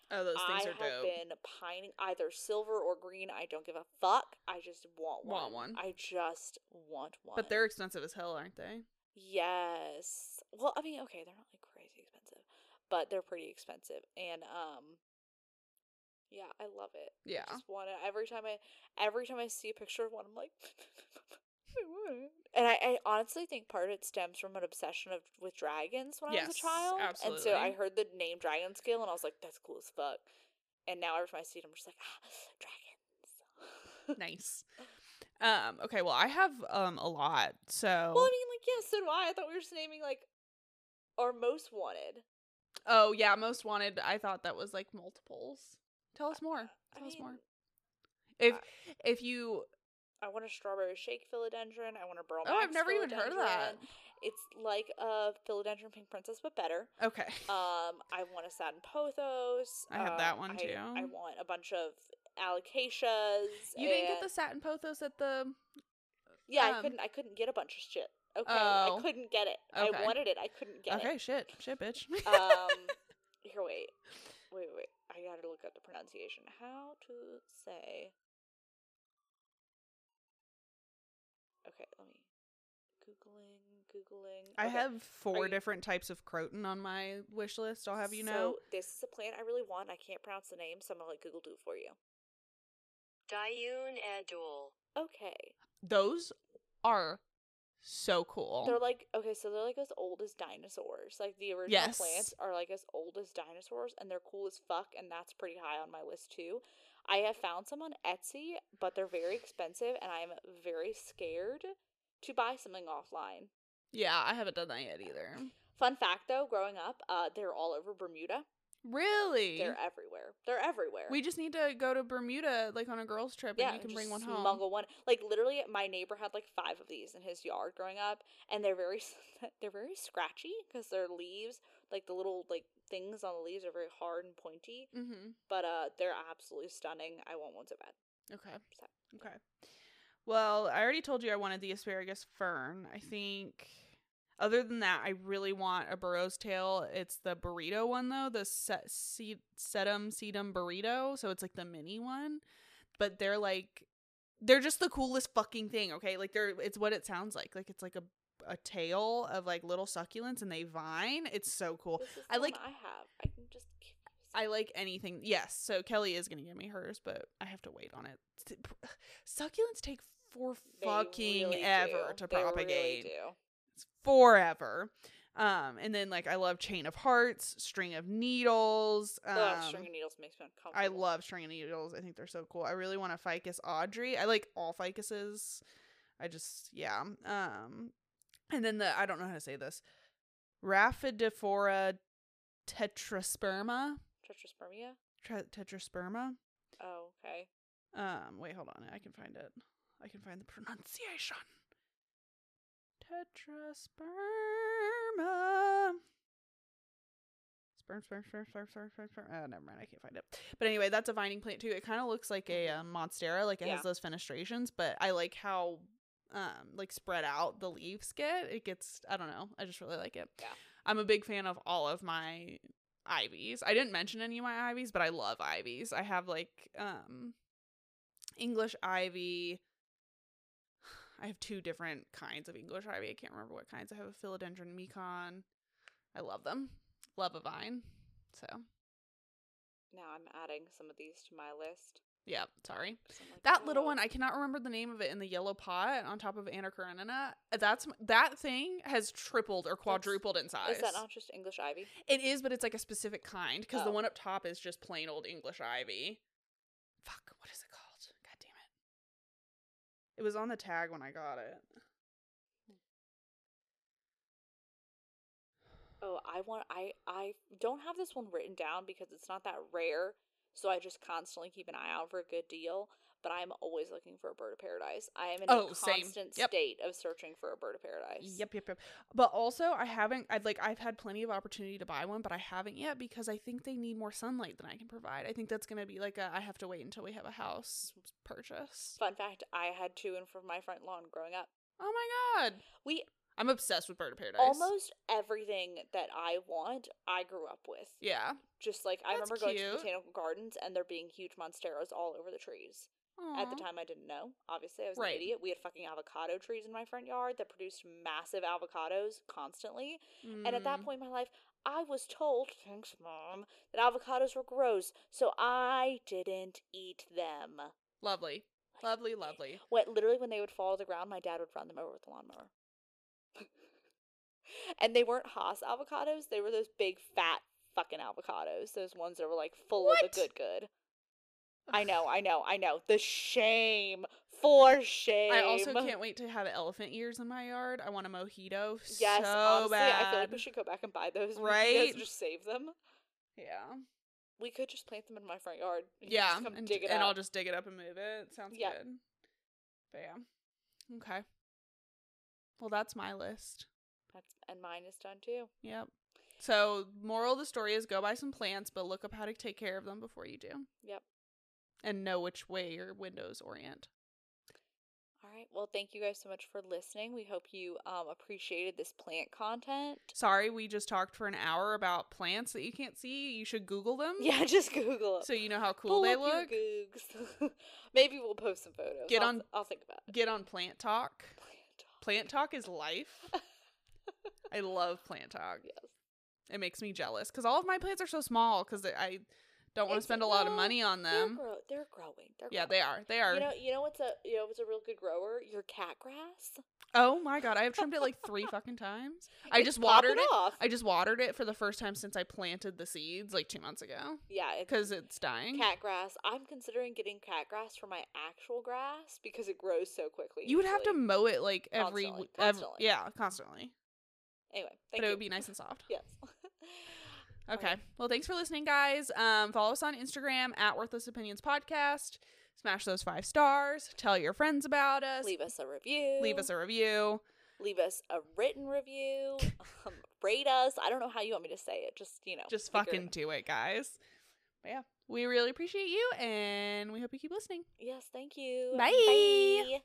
Oh, those
I
things
have
are dope.
been pining either silver or green. I don't give a fuck. I just want one.
Want one.
I just want one.
But they're expensive as hell, aren't they?
Yes. Well, I mean, okay, they're not like crazy expensive, but they're pretty expensive. And um yeah, I love it.
Yeah.
I just want it. Every time I every time I see a picture of one, I'm like I want it. And I, I honestly think part of it stems from an obsession of with dragons when I was
Yes,
a child. And so I
absolutely.
heard the name Dragon Scale and I was like, that's cool as fuck. And now every time I see it, I'm just like, ah, dragons.
nice. Um, okay, well, I have um a lot. So
Well, I mean, like, yeah, so do I. I thought we were just naming like our most wanted.
Oh yeah, most wanted. I thought that was like multiples. Tell us more.
I
Tell us
mean,
more. If
I-
if you
I want a strawberry shake philodendron. I want a Burl
Oh, I've never even heard of that.
It's like a philodendron pink princess, but better.
Okay.
Um, I want a satin pothos.
I have
Um,
that one,
I-
too.
I want a bunch of alocasias.
you didn't get
and-
the satin pothos at the
Yeah, I
um,
couldn't. I couldn't get a bunch of shit. Okay,
Oh.
I couldn't get it.
Okay.
I wanted it. I couldn't get
Okay,
it.
shit. Shit, bitch.
Um, here, wait, wait, wait. I gotta look up the pronunciation. How to say? Okay, let me. Googling, googling.
I
Okay.
have four
you-
different types of croton on my wish list, I'll have you
So,
know.
this is a plant I really want. I can't pronounce the name, so I'm gonna let Google do it for you.
Diune Adul.
Okay,
Those are so cool.
they're like okay, so they're like as old as dinosaurs. Like the original
Yes.
plants are like as old as dinosaurs, and they're cool as fuck, and that's pretty high on my list too. I have found some on Etsy, but they're very expensive, and I'm very scared to buy something offline.
yeah, I haven't done that yet either.
Fun fact though, growing up, uh, they're all over Bermuda.
Really?
They're everywhere. They're everywhere.
We just need to go to Bermuda like on a girls trip and you
and
can bring one
just
home.
Smuggle one. Like literally, my neighbor had like five of these in his yard growing up, and they're very they're very scratchy because their leaves, like the little like things on the leaves, are very hard and pointy.
Mm-hmm.
But uh, they're absolutely stunning. I want one so bad.
Okay.
So.
Okay. Well, I already told you I wanted the asparagus fern. I think other than that, I really want a burrow's tail. It's the burrito one though, the set seed sedum sedum burrito. So it's like the mini one, but they're like they're just the coolest fucking thing. Okay, like they're it's what it sounds like. Like it's like a a tail of like little succulents and they vine. It's so cool.
This is
I
the one
like-
I have. I can just. give you some.
I like anything. Yes, so Kelly is gonna give me hers, but I have to wait on it. S- p- Succulents take for
They
fucking
really
ever
do.
to
They really
propagate.
do.
It's forever. Um, and then like I love chain of hearts, string of needles. Um,
Ugh, string of needles makes me uncomfortable.
I love string of needles. I think they're so cool. I really want a ficus Audrey. I like all ficuses. I just yeah. Um, and then the I don't know how to say this, Raphidophora tetrasperma.
tetraspermia.
Tra- tetrasperma.
Oh, okay.
Um, wait, hold on. I can find it. I can find the pronunciation. Tetrasperma. Sperm, sperm, sperm, sperm, sperm, sperm, sperm. Oh, never mind. I can't find it. But anyway, that's a vining plant too. It kind of looks like a uh, monstera, like it
Yeah.
has those fenestrations. But I like how, um, like spread out the leaves get. It gets. I don't know. I just really like it.
Yeah.
I'm a big fan of all of my ivies. I didn't mention any of my ivies, but I love ivies. I have like um English ivy. I have two different kinds of English ivy. I can't remember what kinds. I have a philodendron mecon. I love them. Love a vine. So,
Now I'm adding some of these to my list.
yeah, sorry.
'cause I'm like,
That little
"Oh,
one, I cannot remember the name of it in the yellow pot on top of Anna Karenina. That's that thing has tripled or quadrupled in size.
Is that not just English ivy?
It is, but it's like a specific kind because the
Oh.
one up top is just plain old English ivy. Fuck, what is it called? God damn it. It was on the tag when I got it.
Oh, I want I I don't have this one written down because it's not that rare, so I just constantly keep an eye out for a good deal. But I'm always looking for a bird of paradise. I am in
Oh,
a
same.
constant
Yep.
state of searching for a bird of paradise.
Yep, yep, yep. But also, I haven't. I'd like. I've had plenty of opportunity to buy one, but I haven't yet because I think they need more sunlight than I can provide. I think that's gonna be like a. I have to wait until we have a house purchase.
Fun fact: I had two in front of my front lawn growing up.
Oh my god,
We
I'm obsessed with Bird of Paradise.
almost everything that I want, I grew up with.
Yeah.
Just like I
That's
remember going to
cute.
botanical gardens and there being huge monsteras all over the trees. At the
Aw.
time, I didn't know. Obviously, I was
Uh-huh. Right.
an idiot. We had fucking avocado trees in my front yard that produced massive avocados constantly. And at
Mm.
that point in my life, I was told, thanks, mom, that avocados were gross, so I didn't eat them.
lovely,
eh,
lovely, lovely.
What literally, when they would fall to the ground, my dad would run them over with the lawnmower. and they weren't Haas avocados; they were those big, fat, fucking avocados. Those ones that were like full of
What?
the good, good. I know, I know, I know. The shame. For shame.
I also can't wait to have elephant ears in my yard. I want a mojito.
Yes,
so
honestly,
bad.
I feel like we should go back and buy those.
Right?
Right? Just save them.
Yeah,
We could just plant them in my front yard. You can
yeah,
Just come
and,
dig it
and
up.
I'll just dig it up and move it. Sounds
Yeah.
good. But yeah, okay. Well, that's my list.
That's, and mine is done too.
Yep. So, moral of the story is go buy some plants, but look up how to take care of them before you do,
Yep.
and know which way your windows orient.
All right. Well, thank you guys so much for listening. We hope you um, appreciated this plant content.
Sorry, we just talked for an hour about plants that you can't see. You should Google them.
Yeah, just Google it.
Mm. So you know how cool they
Pull
look.
up your Googs. Maybe we'll post some photos.
Get
I'll,
on-
I'll think about it.
Get on Plant Talk.
Plant.
Plant Talk is life. I love Plant Talk.
Yes.
It makes me jealous because all of my plants are so small because I don't want to
It's-
spend a lot of
no,
money on
They're,
them.
grow- they're growing. They're
Yeah,
growing.
they are. They are.
You know, you know what's a you know what's a real good grower? Your cat grass.
oh my god, I have trimmed it like three fucking times. I
It's
just watered
popping
it.
Off.
I just watered it for the first time since I planted the seeds like two months ago
yeah, it's
because it's dying.
cat grass. I'm considering getting cat grass for my actual grass because it grows so quickly.
you would have to
usually.
mow it like every,
Constantly,
every
constantly.
yeah, constantly.
Anyway,
but
thank you. Oh,
it would be nice and soft.
Yes. All
Okay.
right.
Well, thanks for listening, guys. Um, follow us on Instagram at Worthless Opinions Podcast. Smash those five stars. Tell your friends about us.
Leave us a review.
Leave us a review.
leave us a written review. um, rate us. I don't know how you want me to say it. Just you know,
Just
figure it
fucking do it, guys. But yeah, we really appreciate you, and we hope you keep listening.
Yes, thank you.
Bye.
Bye.